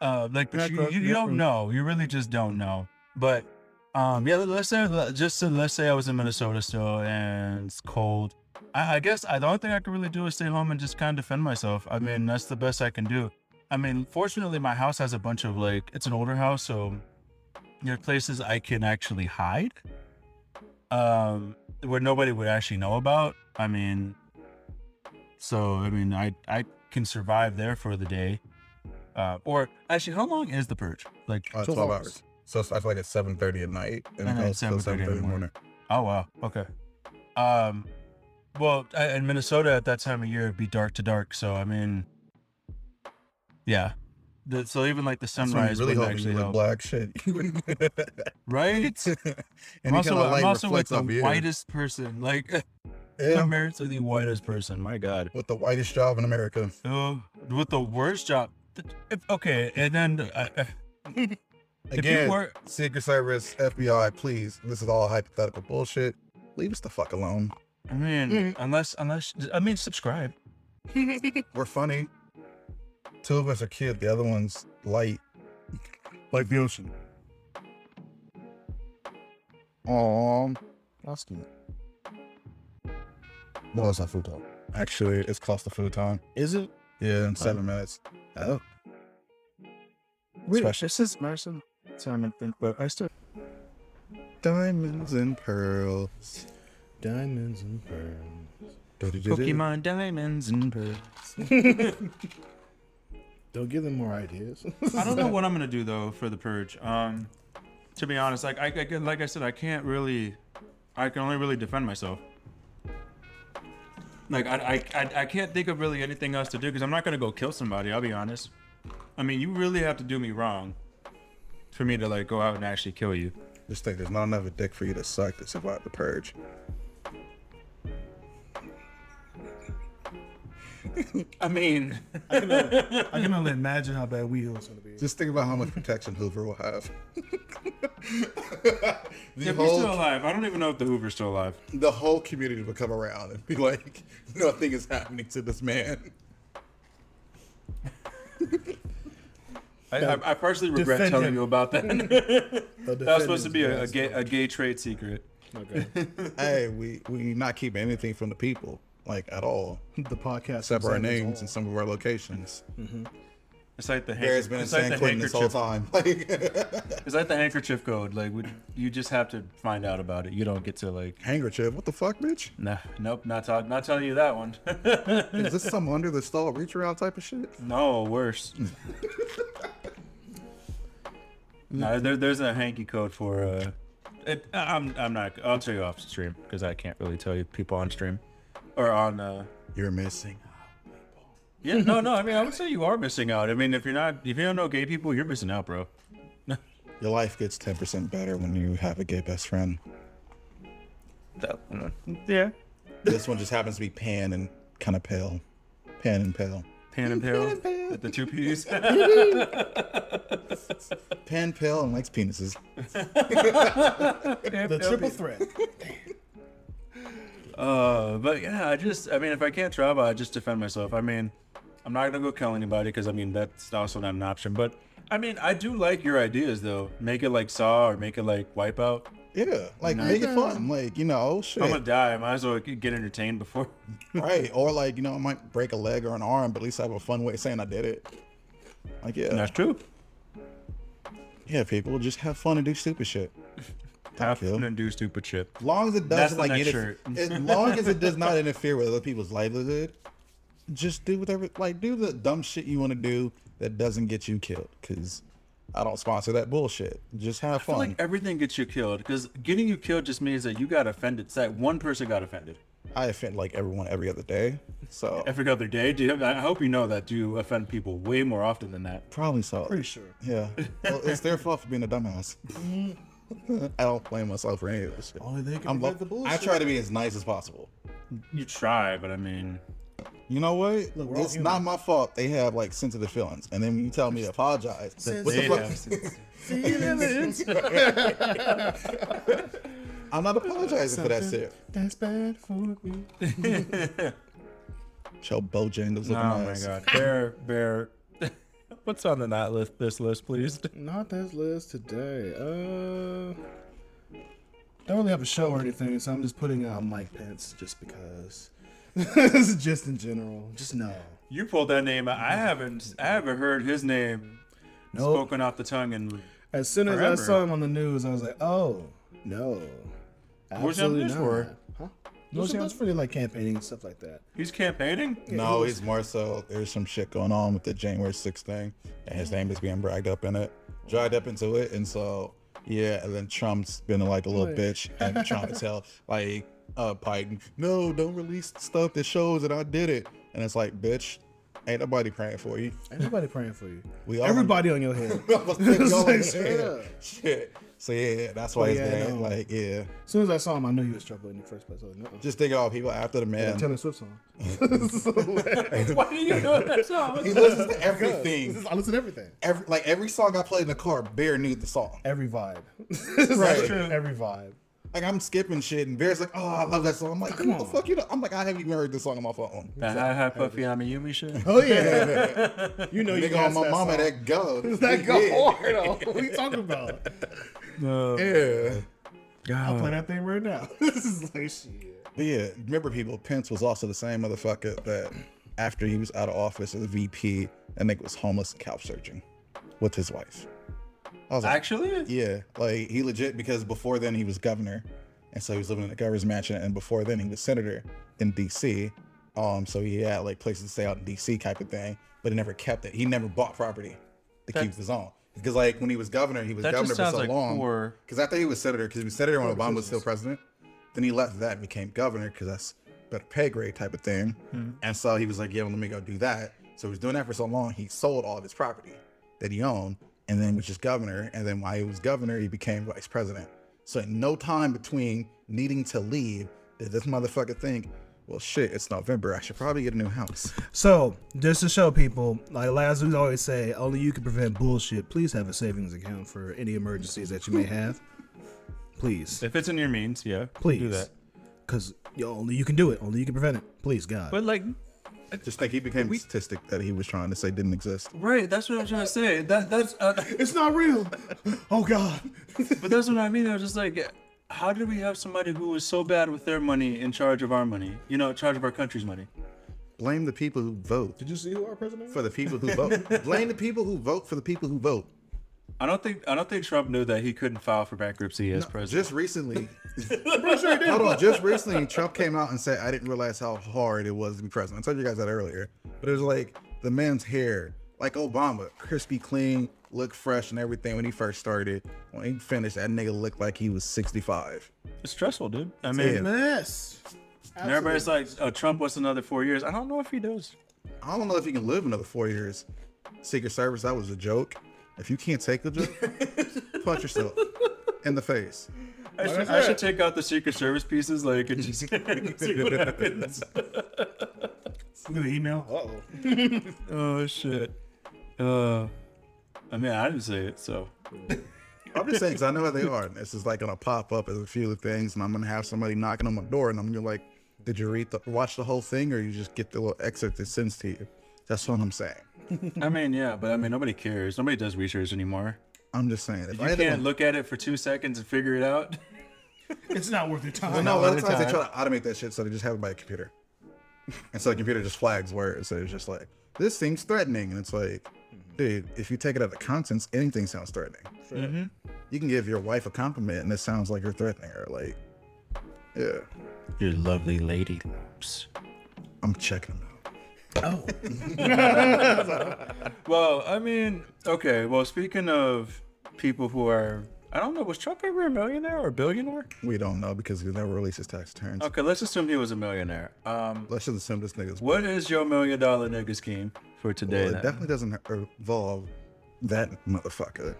S4: Uh, like but
S6: Crack
S4: you,
S6: rock,
S4: you, you
S6: yeah.
S4: don't know. You really just don't know. But um, yeah, let's say let- just to, let's say I was in Minnesota still and it's cold. I, I guess I, the only thing I could really do is stay home and just kind of defend myself. I mean, that's the best I can do. I mean, fortunately, my house has a bunch of like it's an older house, so there are places I can actually hide, um, where nobody would actually know about. I mean, so I mean, I I can survive there for the day. Uh, or actually, how long is the purge? Like,
S6: Uh, 12 hours. So it's- I feel like it's 7.30 at night and it
S4: And
S6: goes
S4: it's
S6: till
S4: 7:30 in
S6: 7.30
S4: the
S6: in the morning.
S4: Oh wow. Okay. Um, well, I- in Minnesota at that time of year, it'd be dark to dark. So I mean, yeah. The, so even like the
S6: That's when you
S4: sunrise
S6: really
S4: wouldn't
S6: hoping you
S4: actually
S6: look
S4: help,
S6: black shit. [LAUGHS]
S4: right? I'm
S6: and
S4: also, I'm also like the
S6: you.
S4: whitest person. Like [LAUGHS]
S6: Yeah,
S4: Americans are the whitest person. My God.
S6: with the whitest job in America.
S4: Oh, with the worst job. Th- if- okay, and then uh, uh, if
S6: Again,
S4: you were
S6: Secret Service, FBI, please. This is all hypothetical bullshit. Leave us the fuck alone.
S4: I mean,
S2: Mhm.
S6: Mm-hmm.
S4: unless unless I mean, subscribe.
S6: We're funny. Two of us are cute. The other one's light. Like the ocean.
S5: Um, that's cute.
S6: No, it's not food time. Actually, it's close to food time.
S5: Is it?
S6: Yeah, in seven minutes.
S5: Oh.
S6: Wait,
S5: this is Marcin. Time and think, but I still.
S6: Diamonds and pearls.
S5: Diamonds and pearls.
S4: Pokemon Diamonds and Pearls.
S1: [LAUGHS] Don't give them more ideas.
S4: [LAUGHS] I don't know what I'm gonna do though for the purge. Um, to be honest, like I, I can- like I said, I can't really, I can only really defend myself. Like I, I, I, I can't think of really anything else to do because I'm not gonna go kill somebody. I'll be honest. I mean, you really have to do me wrong for me to like go out and actually kill you.
S6: Just think there's not enough of dick for you to suck to survive the purge.
S4: I [LAUGHS] mean,
S5: I can only imagine how bad we was gonna be.
S6: Just think about how much protection Hoover will have. [LAUGHS] the,
S4: if he's still
S6: whole,
S4: alive, I don't even know if the Hoover's still alive.
S6: the whole community will come around and be like, [LAUGHS] nothing is happening to this man. [LAUGHS]
S4: I, I, I personally regret
S5: Defend
S4: telling
S5: him.
S4: you about
S5: [LAUGHS]
S4: that. that was supposed to be a, a gay, a gay trade secret.
S1: Okay.
S6: hey, we we not keeping anything from the people, like at all,
S5: The podcast
S6: except our
S5: is
S6: names
S5: all-
S6: and some of our locations.
S4: It's like the
S6: Barry's been in
S4: it's like
S6: San
S4: the
S6: Quentin this whole
S4: handkerchief
S6: time. [LAUGHS]
S4: Is that the handkerchief code? Like, would you just have to find out about it? You don't get to like,
S6: handkerchief? What the fuck, bitch?
S4: nah, nope, not talk, not telling you that one. [LAUGHS]
S6: Is this [LAUGHS] some under the stall reach around type of shit?
S4: no, worse. no, there, there's a hanky code for. Uh, it, I'm, I'm not. I'll tell you off stream because I can't really tell you people on stream or on. Uh,
S6: You're missing.
S4: yeah, no, no. I mean, I would say you are missing out. I mean, if you're not, if you don't know gay people, you're missing out, bro.
S6: Your life gets ten percent better when you have a gay best friend.
S4: That, yeah.
S6: This one just happens to be pan and kind of pale, pan and pale,
S4: Pan and pale, the two
S5: [LAUGHS]
S4: P's.
S6: pan pale and likes penises.
S5: The triple threat.
S4: Uh, but yeah, I just, I mean, if I can't travel, I just defend myself. I mean, I'm not gonna go kill anybody because I mean that's also not an option. But I mean, I do like your ideas though. Make it like Saw or make it like Wipeout.
S6: [LAUGHS] Yeah, like
S4: No.
S6: make it fun. Like you know, oh,
S4: If
S6: shit.
S4: I'm gonna die. I might as well get entertained before. [LAUGHS]
S6: right? Or like you know, I might break a leg or an arm, but at least I have a fun way of saying I did it. Like yeah,
S4: That's true.
S6: yeah, people just have fun and do stupid shit.
S4: [LAUGHS] Have
S6: feel.
S4: fun and do stupid shit.
S6: As long as it
S4: That's
S6: doesn't
S4: the
S6: like
S4: next
S6: interfere,
S4: shirt.
S6: [LAUGHS] as long as it does not interfere with other people's livelihood, just do whatever. Like do the dumb shit you want to do that doesn't get you killed. Cause I don't sponsor that bullshit. Just have
S4: I
S6: fun.
S4: feel like everything gets you killed because getting you killed just means that you got offended. It's that one person got offended
S6: I offend like everyone every other day, so
S4: every other day. Do you, I hope you know that you offend people way more often than that.
S6: probably so.
S5: Pretty sure.
S6: Yeah. Well, it's their fault for being a dumbass. I don't blame myself for any of this shit.
S5: Mm-hmm. Only they can
S6: I'm lo-
S5: prevent the bullshit.
S6: I try to be as nice as possible.
S4: You try, but I mean,
S6: You know what?
S5: Look, we're all
S6: it's
S5: human.
S6: not my fault they have like sensitive feelings. And then when you tell me to apologize,
S5: Sensitive
S6: what the
S4: feelings.
S6: fuck?
S4: I
S6: I'm not apologizing for that shit.
S5: That's bad for me.
S6: Show Bojangles looking
S4: Oh my
S6: ass.
S4: god. Bear bear What's on the not list this list, please?
S5: Not this list today. Uh, don't really have a show or anything, so I'm just putting out Mike Pence just because. [LAUGHS] this is just in general. Just no.
S4: You pulled that name out. I haven't I haven't heard his name
S5: Nope.
S4: spoken off the tongue and
S5: As soon as
S4: Forever.
S5: I saw him on the news, I was like, oh no,
S4: was he on the
S5: absolutely
S4: news
S5: not.
S4: for?
S5: Huh? No,
S4: he on-
S5: that's really like campaigning and stuff like that.
S4: he's campaigning?
S6: No, it's more so there's some shit going on with the January 6th thing, and his name is being dragged up in it, dragged up into it, and so yeah, and then Trump's been like a little
S5: Right.
S6: bitch and trying
S5: [LAUGHS]
S6: to tell like uh Biden, no, don't release stuff that shows that I did it, and it's like, bitch, ain't nobody praying for you.
S5: Everybody praying for you.
S6: We all
S5: Everybody on your head. [LAUGHS]
S6: [LAUGHS] I was thinking,
S5: It's
S6: y'all
S5: like,
S6: ain't
S5: straight
S6: saying
S5: up.
S6: [LAUGHS] shit. So yeah, that's why
S5: Oh,
S6: he's
S5: yeah,
S6: there.
S5: no.
S6: Like yeah,
S5: As soon as I saw him, I knew he was trouble in the first place. I was like, uh-uh.
S6: just think of all people after the
S5: That
S6: man.
S5: Taylor Swift song.
S4: Why do you know that song?
S6: he listens
S5: [LAUGHS]
S6: to everything.
S5: I listen to everything.
S6: Every, like every song I played in the car, Bear knew the song.
S5: Every vibe.
S6: Right.
S4: true.
S5: [LAUGHS] Every vibe.
S6: Like I'm skipping shit, and Bear's like, "Oh, I love that song." I'm like,
S5: Come
S6: "What the
S5: on.
S6: fuck you know?" I'm like, "I haven't even heard this song on my phone."
S4: That high high puffy Amayumi [LAUGHS] shit.
S5: Oh yeah. you know you
S6: Nigga,
S5: got
S6: on my
S5: that
S6: mama,
S5: song. [LAUGHS]
S6: that go.
S5: that
S6: [LAUGHS] He
S5: go
S6: did.
S5: hard. though. What are you talking
S6: [LAUGHS]
S5: about?
S4: No.
S6: Yeah,
S5: I'll play
S4: God.
S5: that thing right now. [LAUGHS] this is like shit.
S6: but yeah. Remember, people, Pence was also the same motherfucker that after he was out of office as VP, and nigga was homeless and couch searching with his wife. I was like,
S4: Actually?
S6: yeah, like he legit because before then he was governor, and so he was living in the governor's mansion, and before then he was senator in D.C. Um, so he had like places to stay out in D.C. type of thing, but he never kept it. He never bought property to keep his own because like when he was governor, he was
S4: That
S6: governor
S4: just
S6: for
S4: sounds
S6: so
S4: like
S6: long.
S4: poor
S6: Because I think he was senator because he was senator when Obama was still president. Then he left that and became governor because that's better pay grade type of thing.
S5: Mm-hmm.
S6: And so he was like, yeah, well, let me go do that. So he was doing that for so long, he sold all of his property that he owned and then was just governor. And then while he was governor, he became vice president. So in no time between needing to leave, did this motherfucker think, well, shit, it's November. I should probably get a new house.
S5: So, just to show people, like Laz would always say, only you can prevent bullshit. Please have a savings account for any emergencies that you may have. Please.
S4: If it's in your means, yeah.
S5: Please.
S4: Do that.
S5: Because only you can do it. Only you can prevent it. Please, God.
S4: But like
S6: Just think he became a statistic that he was trying to say didn't exist.
S4: right, that's what I'm trying to say. That that's uh, [LAUGHS]
S5: it's not real. oh, God.
S4: But that's what I mean. I was just like, how did we have somebody who was so bad with their money in charge of our money? You know, in charge of our country's money.
S6: Blame the people who vote.
S5: Did you see who our president is?
S6: for the people who
S5: [LAUGHS]
S6: vote. Blame the people who vote for the people who vote.
S4: I don't think I don't think Trump knew that he couldn't file for bankruptcy as president.
S6: Just
S5: [LAUGHS]
S6: recently, hold on. Just recently, Trump came out and said, "I didn't realize how hard it was to be president." I told you guys that earlier, but it was like the man's hair, like Obama, crispy clean, looked fresh and everything when he first started. When he finished, that nigga looked like he was sixty-five.
S4: it's stressful, dude. I mean,
S6: Yeah.
S5: Yes.
S4: and everybody's like, oh, Trump wants another four years. I don't know if he does.
S6: I don't know if he can live another four years. Secret Service, that was a joke. If you can't take
S5: [LAUGHS]
S6: a joke, punch yourself in the face.
S4: I should, I should take out the Secret Service pieces, like, and just [LAUGHS] see what happens.
S5: [LAUGHS] Look at the email. Uh-oh.
S4: oh shit. Uh, I mean, I didn't say it, so
S6: I'm just saying because I know how they are. And this is like gonna pop up as a few of the things, and I'm gonna have somebody knocking on my door, and I'm gonna be like, Did you read the watch the whole thing, or you just get the little excerpt that sends to you? That's what I'm saying.
S4: I mean, yeah, but I mean, nobody cares. Nobody does research anymore.
S6: I'm just saying. If
S4: If you
S6: had to-
S4: can't look at it for two seconds and figure it out.
S2: It's not worth your time.
S6: Well, no,
S5: Not
S6: that's
S5: all the
S6: why they try to automate that shit, so they just have it by a computer, [LAUGHS] and so the computer just flags words. So it's just like this seems threatening, and it's like, dude, if you take it out of the contents, anything sounds threatening.
S4: Mhm.
S3: Mm-hmm.
S6: You can give your wife a compliment, and it sounds like you're threatening her. Like, yeah,
S3: Your lovely lady lips.
S6: I'm checking them out.
S4: Well, I mean, okay. Well, speaking of people who are, I don't know, was Trump ever a millionaire or a billionaire?
S6: We don't know because he never releases tax returns.
S4: Okay, let's assume he was a millionaire. Um,
S6: Let's just assume this nigga's.
S4: what is your million dollar nigga scheme for today?
S6: Well, it
S4: then?
S6: definitely doesn't involve that motherfucker.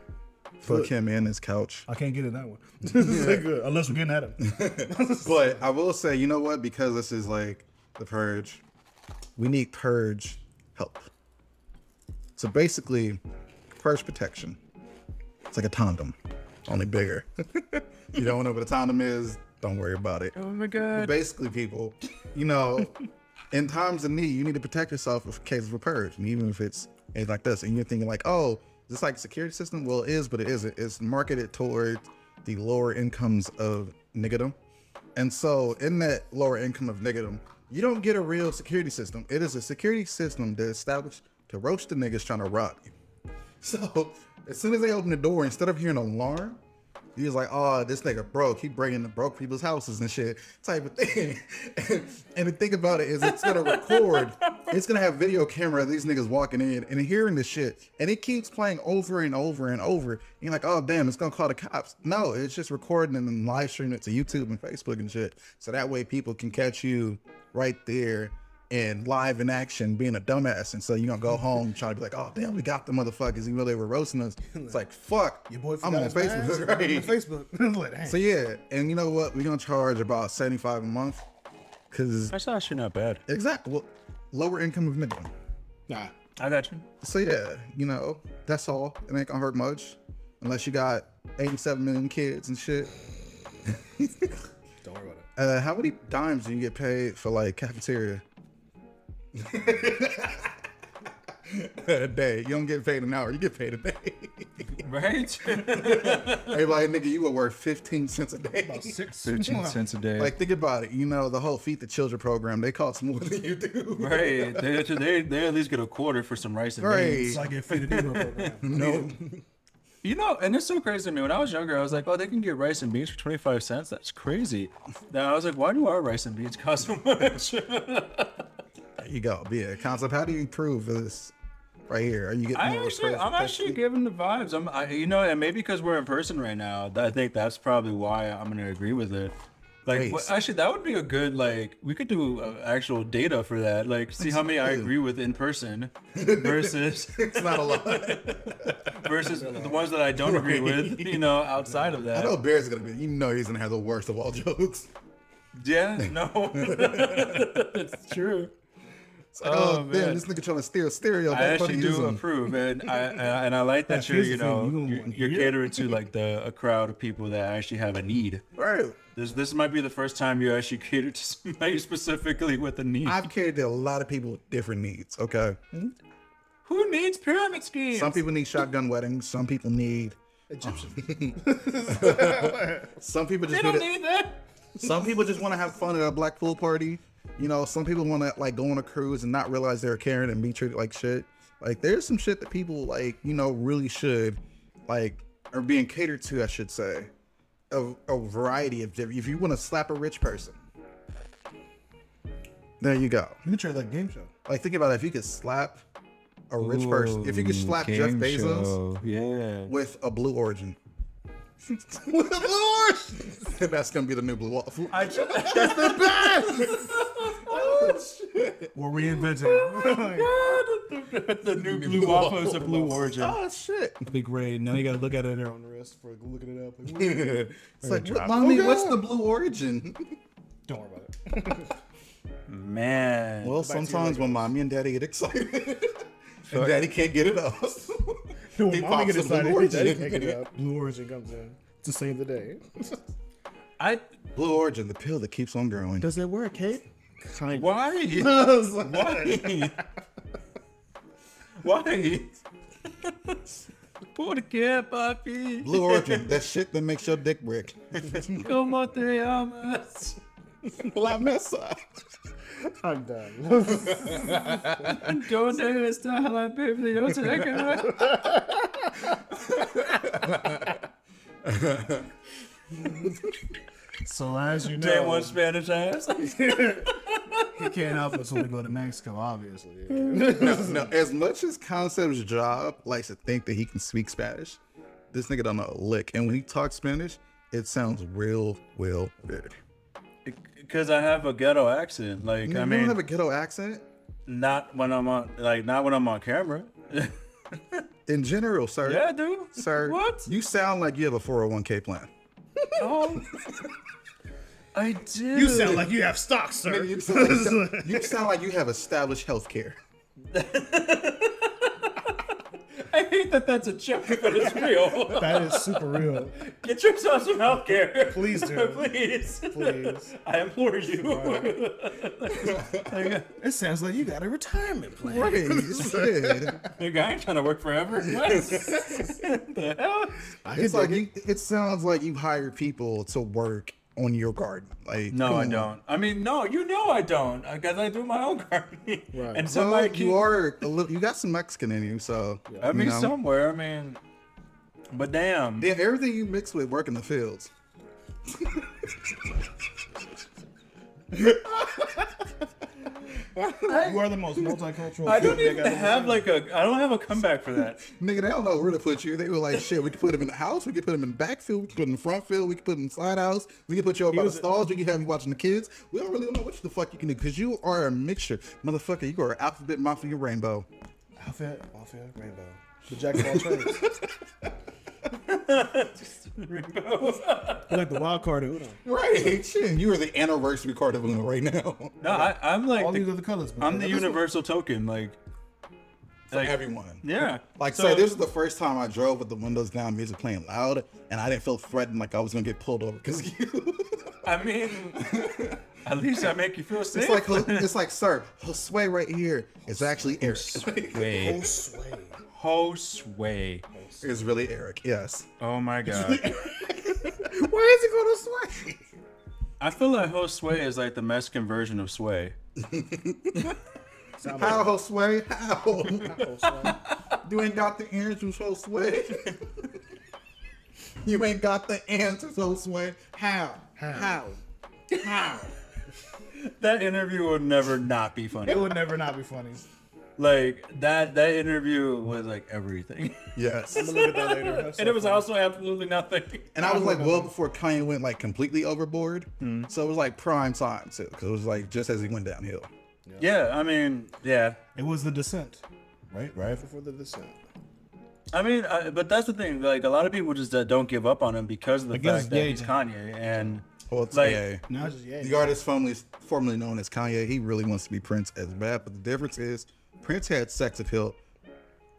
S6: Fuck him and his couch.
S5: I can't get in that one. [LAUGHS] Unless we're getting at him.
S6: [LAUGHS] But I will say, you know what? Because this is like the purge, we need purge help. So basically, purge protection. It's like a tandem, only bigger. [LAUGHS] you don't know what a tandem is? Don't worry about it.
S4: Oh my god.
S6: Basically, people, you know, [LAUGHS] in times of need, you need to protect yourself in case of a purge, and even if it's it's like this, and you're thinking like, oh, is this like security system? Well, it is, but it isn't. It's marketed toward the lower incomes of niggerdom, and so in that lower income of niggerdom, you don't get a real security system. It is a security system that established to roast the niggas trying to rob you. [LAUGHS] So as soon as they open the door, instead of hearing an alarm, he was like, "Oh, this nigga broke. He bringing the broke people's houses and shit type of thing." [LAUGHS] and the thing about it is, it's gonna record. it's gonna have video camera of these niggas walking in and hearing this shit, and it keeps playing over and over and over. And you're like, "Oh, damn, it's gonna call the cops." No, it's just recording and then live streaming it to YouTube and Facebook and shit, so that way people can catch you right there and live in action being a dumbass. And so you're gonna go home and try to be like, oh damn, we got the motherfuckers, even though they were
S5: [LAUGHS]
S6: roasting us. It's like fuck,
S5: Your boy
S6: I'm
S5: forgot
S6: on
S5: his
S6: Facebook. [LAUGHS]
S5: mask. I'm on
S6: Right?
S5: Facebook. [LAUGHS] Like, dang.
S6: So yeah, and you know what? We're gonna charge about 75 a month. Cause
S4: That's actually not bad.
S6: exactly well, lower income of minimum.
S1: Nah.
S4: I got you.
S6: So yeah, you know, that's all. It ain't gonna hurt much. Unless you got 87 million kids and shit.
S1: Don't worry about it.
S6: [LAUGHS] Uh, how many dimes do you get paid for like cafeteria? [LAUGHS] a day. You don't get paid an hour. You get paid a day.
S3: [LAUGHS]
S6: [LAUGHS]
S4: Right?
S6: Everybody, nigga, you would work 15 cents a day.
S5: Six.
S3: 15 cents a day.
S6: Like, think about it. You know, the whole feed the children program, they cost more [LAUGHS] than you do.
S4: right. They, they, they at least get a quarter for some rice and beans.
S6: Right.
S5: It's like if you did
S6: no.
S4: You know, and it's so crazy to me. When I was younger, I was like, oh, they can get rice and beans for 25 cents. That's crazy. Now I was like, why do our rice and beans cost so [LAUGHS] much?
S6: There you go. Be a concept. How do you improve this right here? Are you getting
S4: I
S6: more
S4: actually,
S6: respect?
S4: I'm actually giving the vibes. I'm, I, you know, and maybe because we're in person right now, th- I think that's probably why I'm gonna agree with it. Like, wh-
S6: Please.
S4: actually, that would be a good like. We could do uh, actual data for that. Like, see how many I agree with in person versus
S6: [LAUGHS] It's not a lot.
S4: versus the ones that I don't agree with. You know, outside of
S6: I
S4: that.
S6: know Bear's gonna be. You know he's gonna have the worst of all [LAUGHS] jokes.
S4: Yeah, no, it's true.
S6: It's like,
S4: Oh,
S6: oh, damn,
S4: man.
S6: this nigga trying to steal stereo.
S4: I
S6: That's
S4: actually do
S6: funny using.
S4: approve, and I and I- and I like that you're
S5: here's
S4: you
S5: the thing,
S4: know
S5: you don't
S4: you're,
S5: wanna
S4: you're
S5: hear it.
S4: catering to like the a crowd of people that actually have a need.
S6: Right.
S4: This this might be the first time you actually cater to somebody specifically with a need.
S6: I've catered to a lot of people with different needs. Okay.
S4: Who needs pyramid schemes?
S6: Some people need shotgun weddings. Some people need. um, Some people
S4: they
S6: just
S4: don't
S6: need.
S4: need that.
S6: a- some people just want to have fun at a black pool party. You know, some people want to like go on a cruise and not realize they're Karen and be treated like shit. Like there's some shit that people like you know really should like are being catered to. I should say, a, a variety of different. If you want to slap a rich person, there you go.
S5: You try that game show.
S6: Like think about it, if you could slap a rich person, if you could
S3: Ooh,
S6: slap Jeff
S3: game
S6: Bezos
S3: show. Yeah.
S6: with a blue [LAUGHS] origin. with a blue origin. [LAUGHS] That's gonna be the new blue waffle.
S4: I ju-
S6: That's the best.
S5: We're [LAUGHS] reinventing.
S4: the, the new blue waffle is a blue origin.
S6: oh shit!
S5: Big Ray. Now you gotta look at it on the wrist for looking it up. Like, what-
S6: [LAUGHS] it's like, what, mommy, what's the blue origin?
S5: Don't worry about it.
S4: Man,
S6: [LAUGHS] Well, sometimes when mommy and daddy get [LAUGHS] excited, and daddy can't get it [LAUGHS] up,
S7: No,
S6: [LAUGHS] He
S7: when mommy
S6: pops
S7: get
S6: a blue [LAUGHS]
S7: excited,
S6: origin.
S7: daddy can't get it up. Blue Origin comes in to save the day. I
S6: Blue Origin, the pill that keeps on growing.
S5: Does it work, Kate?
S7: kind
S4: [LAUGHS]
S7: why why why Por qué, papi?
S6: Blue Origin, that shit that makes your dick
S4: [LAUGHS]
S6: brick.
S7: ¿Cómo te llamas?
S6: La Mesa.
S5: I'm done.
S7: ¿Dónde está la biblioteca?
S5: so as you
S4: Day
S5: know,
S4: one Spanish ass.
S5: he can't help us when we go to Mexico, obviously.
S6: no, no, as much as Concept's job likes to think that he can speak Spanish, this nigga don't know a lick. And when he talks Spanish, it sounds real, real weird.
S4: Because I have a ghetto accent. Like
S6: You
S4: I
S6: don't
S4: mean,
S6: have a ghetto accent?
S4: not when I'm on like not when I'm on camera.
S6: In general, sir.
S4: yeah, dude.
S6: Sir.
S4: What?
S6: You sound like you have a 401k plan.
S4: Oh. I do.
S2: You sound like you have stocks,
S5: [LAUGHS]
S2: sir.
S6: You sound like, you sound like you have established healthcare.
S7: I hate that that's a joke, but it's real. [LAUGHS]
S5: That is super real.
S7: Get yourself some health care. [LAUGHS]
S5: Please do.
S7: Please.
S5: Please.
S7: I implore you.
S5: It sounds like you got a retirement plan.
S6: [LAUGHS]
S7: Nigga, I ain't trying to work forever. What? the hell?
S6: It's like you, it sounds like you hire people to work on your garden. Like
S4: No,
S6: come
S4: I
S6: on.
S4: don't. I mean, no, you know I don't. I guess I do my own gardening.
S5: Right.
S4: And somebody
S6: Well,
S4: keep,
S6: you are a little, you got some Mexican in you, so
S4: I mean,
S6: you know.
S4: somewhere. I mean, but damn.
S6: Damn, everything you mix with work in the fields.
S5: You are the most multicultural.
S4: I don't even have like a. I don't have a comeback for
S6: [LAUGHS]
S4: that.
S6: Nigga, they don't know where to put you. They were like, shit, we could put him in the house, we could put him in the backfield, we could put him in the front field, we could put him in the side house, we could put you over by the stalls, we could have you watching the kids. We don't really know what the fuck you can do because you are a mixture. Motherfucker, you are an alphabet mouth of your rainbow.
S5: outfit, mafia, rainbow, the jack of all trades. You're like the wild card. of Uno.
S6: Right. Shit, you are the anniversary card of Uno right now.
S4: No,
S6: [LAUGHS]
S4: I, I'm like.
S5: All
S4: the-
S5: these other colors.
S4: I'm the universal token. Like. Like,
S6: Everyone.
S4: yeah.
S6: Like
S4: so,
S6: say, this is the first time I drove with the windows down, music playing loud, and I didn't feel threatened like I was gonna get pulled over because you. [LAUGHS]
S4: I mean, at least I make you feel safe.
S6: it's like it's like, sir, Josue right here is actually Eric.
S3: Wait. Ho sway.
S6: It's really Eric. [LAUGHS] Yes.
S4: Oh my god.
S6: Why is he going to Sway?
S4: I feel like Ho Sway is like the Mexican version of Sway.
S6: How Josue? [LAUGHS] How? you ain't got the answers, [LAUGHS] Josue. you ain't got the answers, Josue. How? How? How?
S4: That interview would never not be funny.
S5: It would never not be funny.
S4: Like that that interview was like everything.
S6: Yes.
S5: Look at that later.
S4: [LAUGHS]
S5: That's
S4: and
S5: so
S4: it was
S5: funny.
S4: also absolutely nothing.
S6: And I was like, well, before Kanye went like completely overboard.
S5: Hmm.
S6: So it was like prime time too, because it was like just as he went downhill.
S4: Yeah, I mean, yeah.
S5: It was the descent.
S6: Right, right.
S5: Before the descent.
S4: I mean, I, but that's the thing. Like a lot of people just uh, don't give up on him because of the
S5: Because
S4: fact that
S5: Ye-
S4: he's Kanye and
S6: Well, it's
S4: Like-
S6: Kanye.
S5: Now it's just yeah.
S6: The artist formerly, formerly known as Kanye, he really wants to be Prince as bad, but the difference is Prince had sex appeal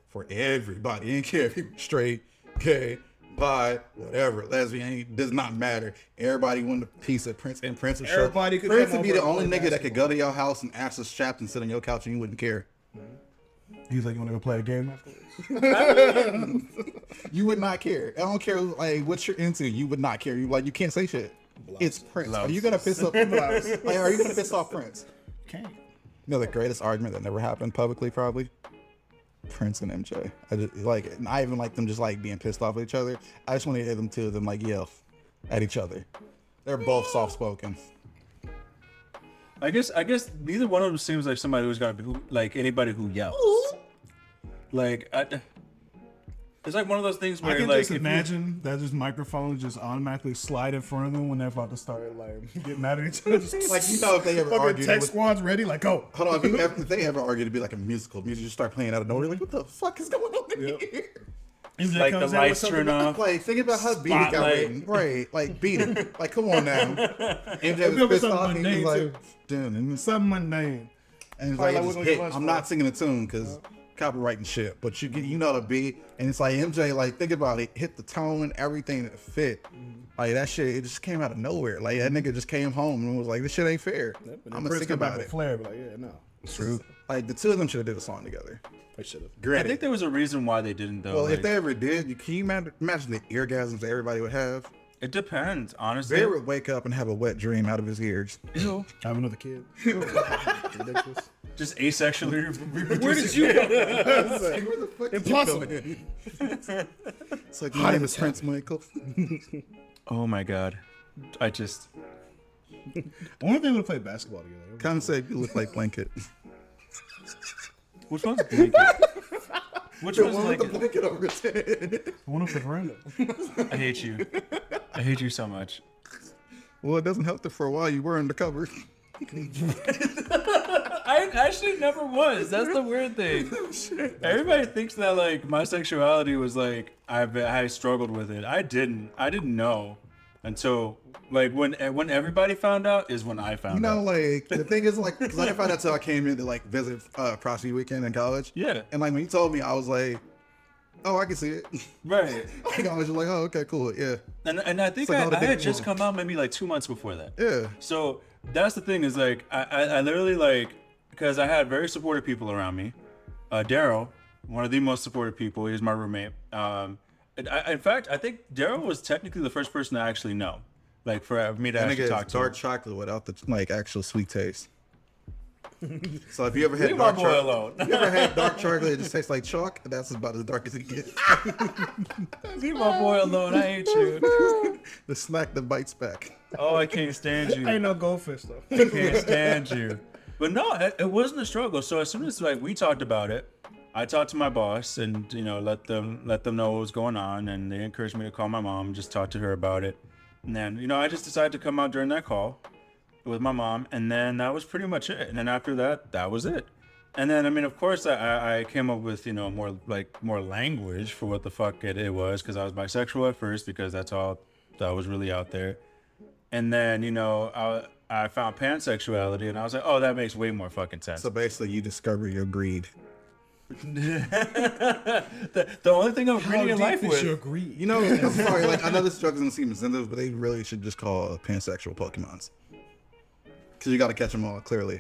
S6: for everybody. He didn't care if he was straight, gay, bi, whatever, lesbian, it does not matter. Everybody wanted a piece of Prince and Prince was show-
S5: Everybody could
S6: Prince
S5: come
S6: would be
S5: over
S6: the
S5: and
S6: only
S5: play
S6: nigga that could go to your house and ask us strapped and sit on your couch and you wouldn't care.
S5: He's like, you want to go play a game?
S6: You would not care. I don't care like what you're into. You would not care. You like you can't say shit. It's Prince. Are you gonna piss up? like, are you gonna piss off Prince?
S5: Okay.
S6: You know the greatest argument that never happened publicly, probably. Prince and MJ. I just like not even like them just like being pissed off at each other. I just want to hear them two of them like yell at each other. They're both soft spoken.
S4: I guess I guess neither one of them seems like somebody who's gonna be who, like anybody who yells. Like I, it's like one of those things where
S5: I can
S4: like
S5: just
S4: if you-
S5: imagine that this microphone just automatically slide in front of them when they're about to start like get mad at each other. Just
S6: Like you know if they ever
S5: fucking
S6: argued. it
S5: tech
S6: was-
S5: squad's ready. Like go.
S6: Hold on, if, you ever, if they ever argued, it'd be like a musical. Music just start playing out of nowhere. Like, what the fuck is going on here?
S5: If
S4: like the lights turn off.
S6: Like, think about how beat it got
S4: Spotlight.
S6: written. Right. Like, beat it. Like, come
S4: [LAUGHS]
S6: on now. MJ was
S5: Remember
S6: pissed
S5: something
S6: off.
S5: mundane,
S6: He was
S5: too.
S6: like, damn. And it's-
S5: Something mundane.
S6: and
S5: Probably
S6: it's like,
S5: like,
S6: it
S5: we're
S6: just
S5: gonna get
S6: hit.
S5: lunch
S6: I'm
S5: for
S6: not
S5: it.
S6: singing a tune because copyright and shit. But you get, you know the beat. And it's like, MJ, like, think about it. Hit the tone, everything that fit. Like that shit, it just came out of nowhere. Like that nigga just came home and was like, "This shit ain't fair." I'm gonna think about it.
S7: Flair, but like, yeah, no.
S6: True. Like the two of them should have did a song together.
S7: They should have.
S4: I think there was a reason why they didn't though.
S6: well,
S4: Oh, like,
S6: if they ever did, you can you ma- imagine the eargasms that everybody would have?
S4: it depends, honestly.
S6: They would wake up and have a wet dream out of his ears.
S7: Have another kid. Ridiculous.
S4: Just asexually
S7: Where did you
S6: Where the fuck
S2: Impossible.
S6: It's like my name is Prince [LAUGHS] Michael.
S4: [LAUGHS] Oh my god. I just
S7: I wonder if they would have played basketball together.
S6: Come say you look like blanket.
S4: Which one's blanket? Which one's blanket?
S6: blanket over his head.
S7: One of the veranda.
S4: I hate you. I hate you so much.
S6: Well, it doesn't help that for a while you were undercover.
S4: I actually never was. That's the weird [LAUGHS] thing. Oh, Everybody thinks that like my sexuality was like I've I struggled with it. I didn't. I didn't know until like when when everybody found out is when I found
S6: You
S4: out.
S6: know, like the thing is, like, 'cause I didn't find out till I came in to like visit uh, Prosty Weekend in college.
S4: Yeah.
S6: And like when you told me, I was like, "Oh, I can see it." [LAUGHS]
S4: Right.
S6: Like, I was just like, "Oh, okay, cool, yeah,
S4: And and I think
S6: like all
S4: I,
S6: the
S4: I
S6: big
S4: had just
S6: ones.
S4: come out maybe like two months before that.
S6: yeah."
S4: So that's the thing is like I, I, I literally like because I had very supportive people around me. Uh, Daryl, one of the most supportive people, he was my roommate. Um, and I, in fact, I think Daryl was technically the first person I actually know, like for uh, me to
S6: That
S4: actually
S6: nigga
S4: talk
S6: is
S4: to.
S6: dark chocolate without the like actual sweet [LAUGHS] taste. so if you ever had
S4: Leave my
S6: dark
S4: boy
S6: chocolate,
S4: alone. [LAUGHS]
S6: you ever had [LAUGHS] dark chocolate, it just tastes like chalk. That's about as dark as it gets. [LAUGHS]
S4: Leave my boy alone. I hate
S6: [LAUGHS]
S4: you.
S6: the snack that bites back.
S4: Oh, I can't stand you.
S2: Ain't no goldfish though.
S4: can't stand you. But no, it, it wasn't a struggle. So as soon as like we talked about it, I talked to my boss and you know let them let them know what was going on, and they encouraged me to call my mom, just talk to her about it, and then you know I just decided to come out during that call with my mom, and then that was pretty much it. And then after that, that was it. And then I mean, of course, I- I, I came up with you know more like more language for what the fuck it, it was because I was bisexual at first because that's all that was really out there and then you know I I found pansexuality and I was like, oh, that makes way more fucking sense.
S6: So basically, you discover your greed.
S4: the, the only thing I'm
S7: How
S4: agreeing in
S7: deep
S4: life
S7: is
S4: with.
S7: your greed?
S6: You know, [LAUGHS] I'm sorry, like I know this drug doesn't seem incentive, but they really should just call pansexual Pokemons. Cause you gotta catch them all, clearly. [LAUGHS]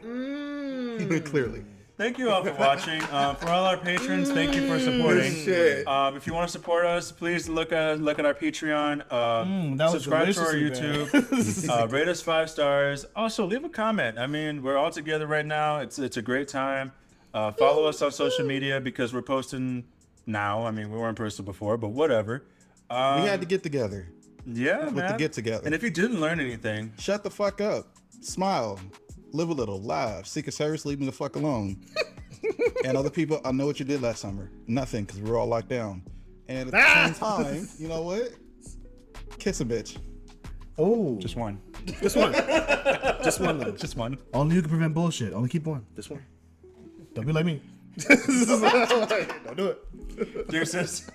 S6: clearly.
S4: Thank you all for watching. Uh, for all our patrons, thank you for supporting.
S6: shit.
S4: Um, if you want to support us, please look at look at our Patreon. Uh,
S7: Mm, that was
S4: subscribe to our
S7: deliciously
S4: YouTube.
S7: [LAUGHS]
S4: uh, rate us five stars. Also, leave a comment. I mean, we're all together right now. It's it's a great time. Uh, follow us on social media because we're posting now. I mean, we weren't posting before, but whatever. Um,
S6: We had to get together.
S4: yeah,
S6: the
S4: man.
S6: get-together.
S4: And if you didn't learn anything,
S6: Shut the fuck up. Smile. Live a little. Live. Seek a service. Leave me the fuck alone. and other people, I know what you did last summer. Nothing, because we were all locked down. And at the same time, you know what? Kiss a bitch.
S5: Oh,
S4: just one.
S7: This one.
S4: Just one. just one.
S5: only you can prevent bullshit. Only keep one.
S7: This one. [LAUGHS] Don't be like me. Don't do it.
S4: Deuces.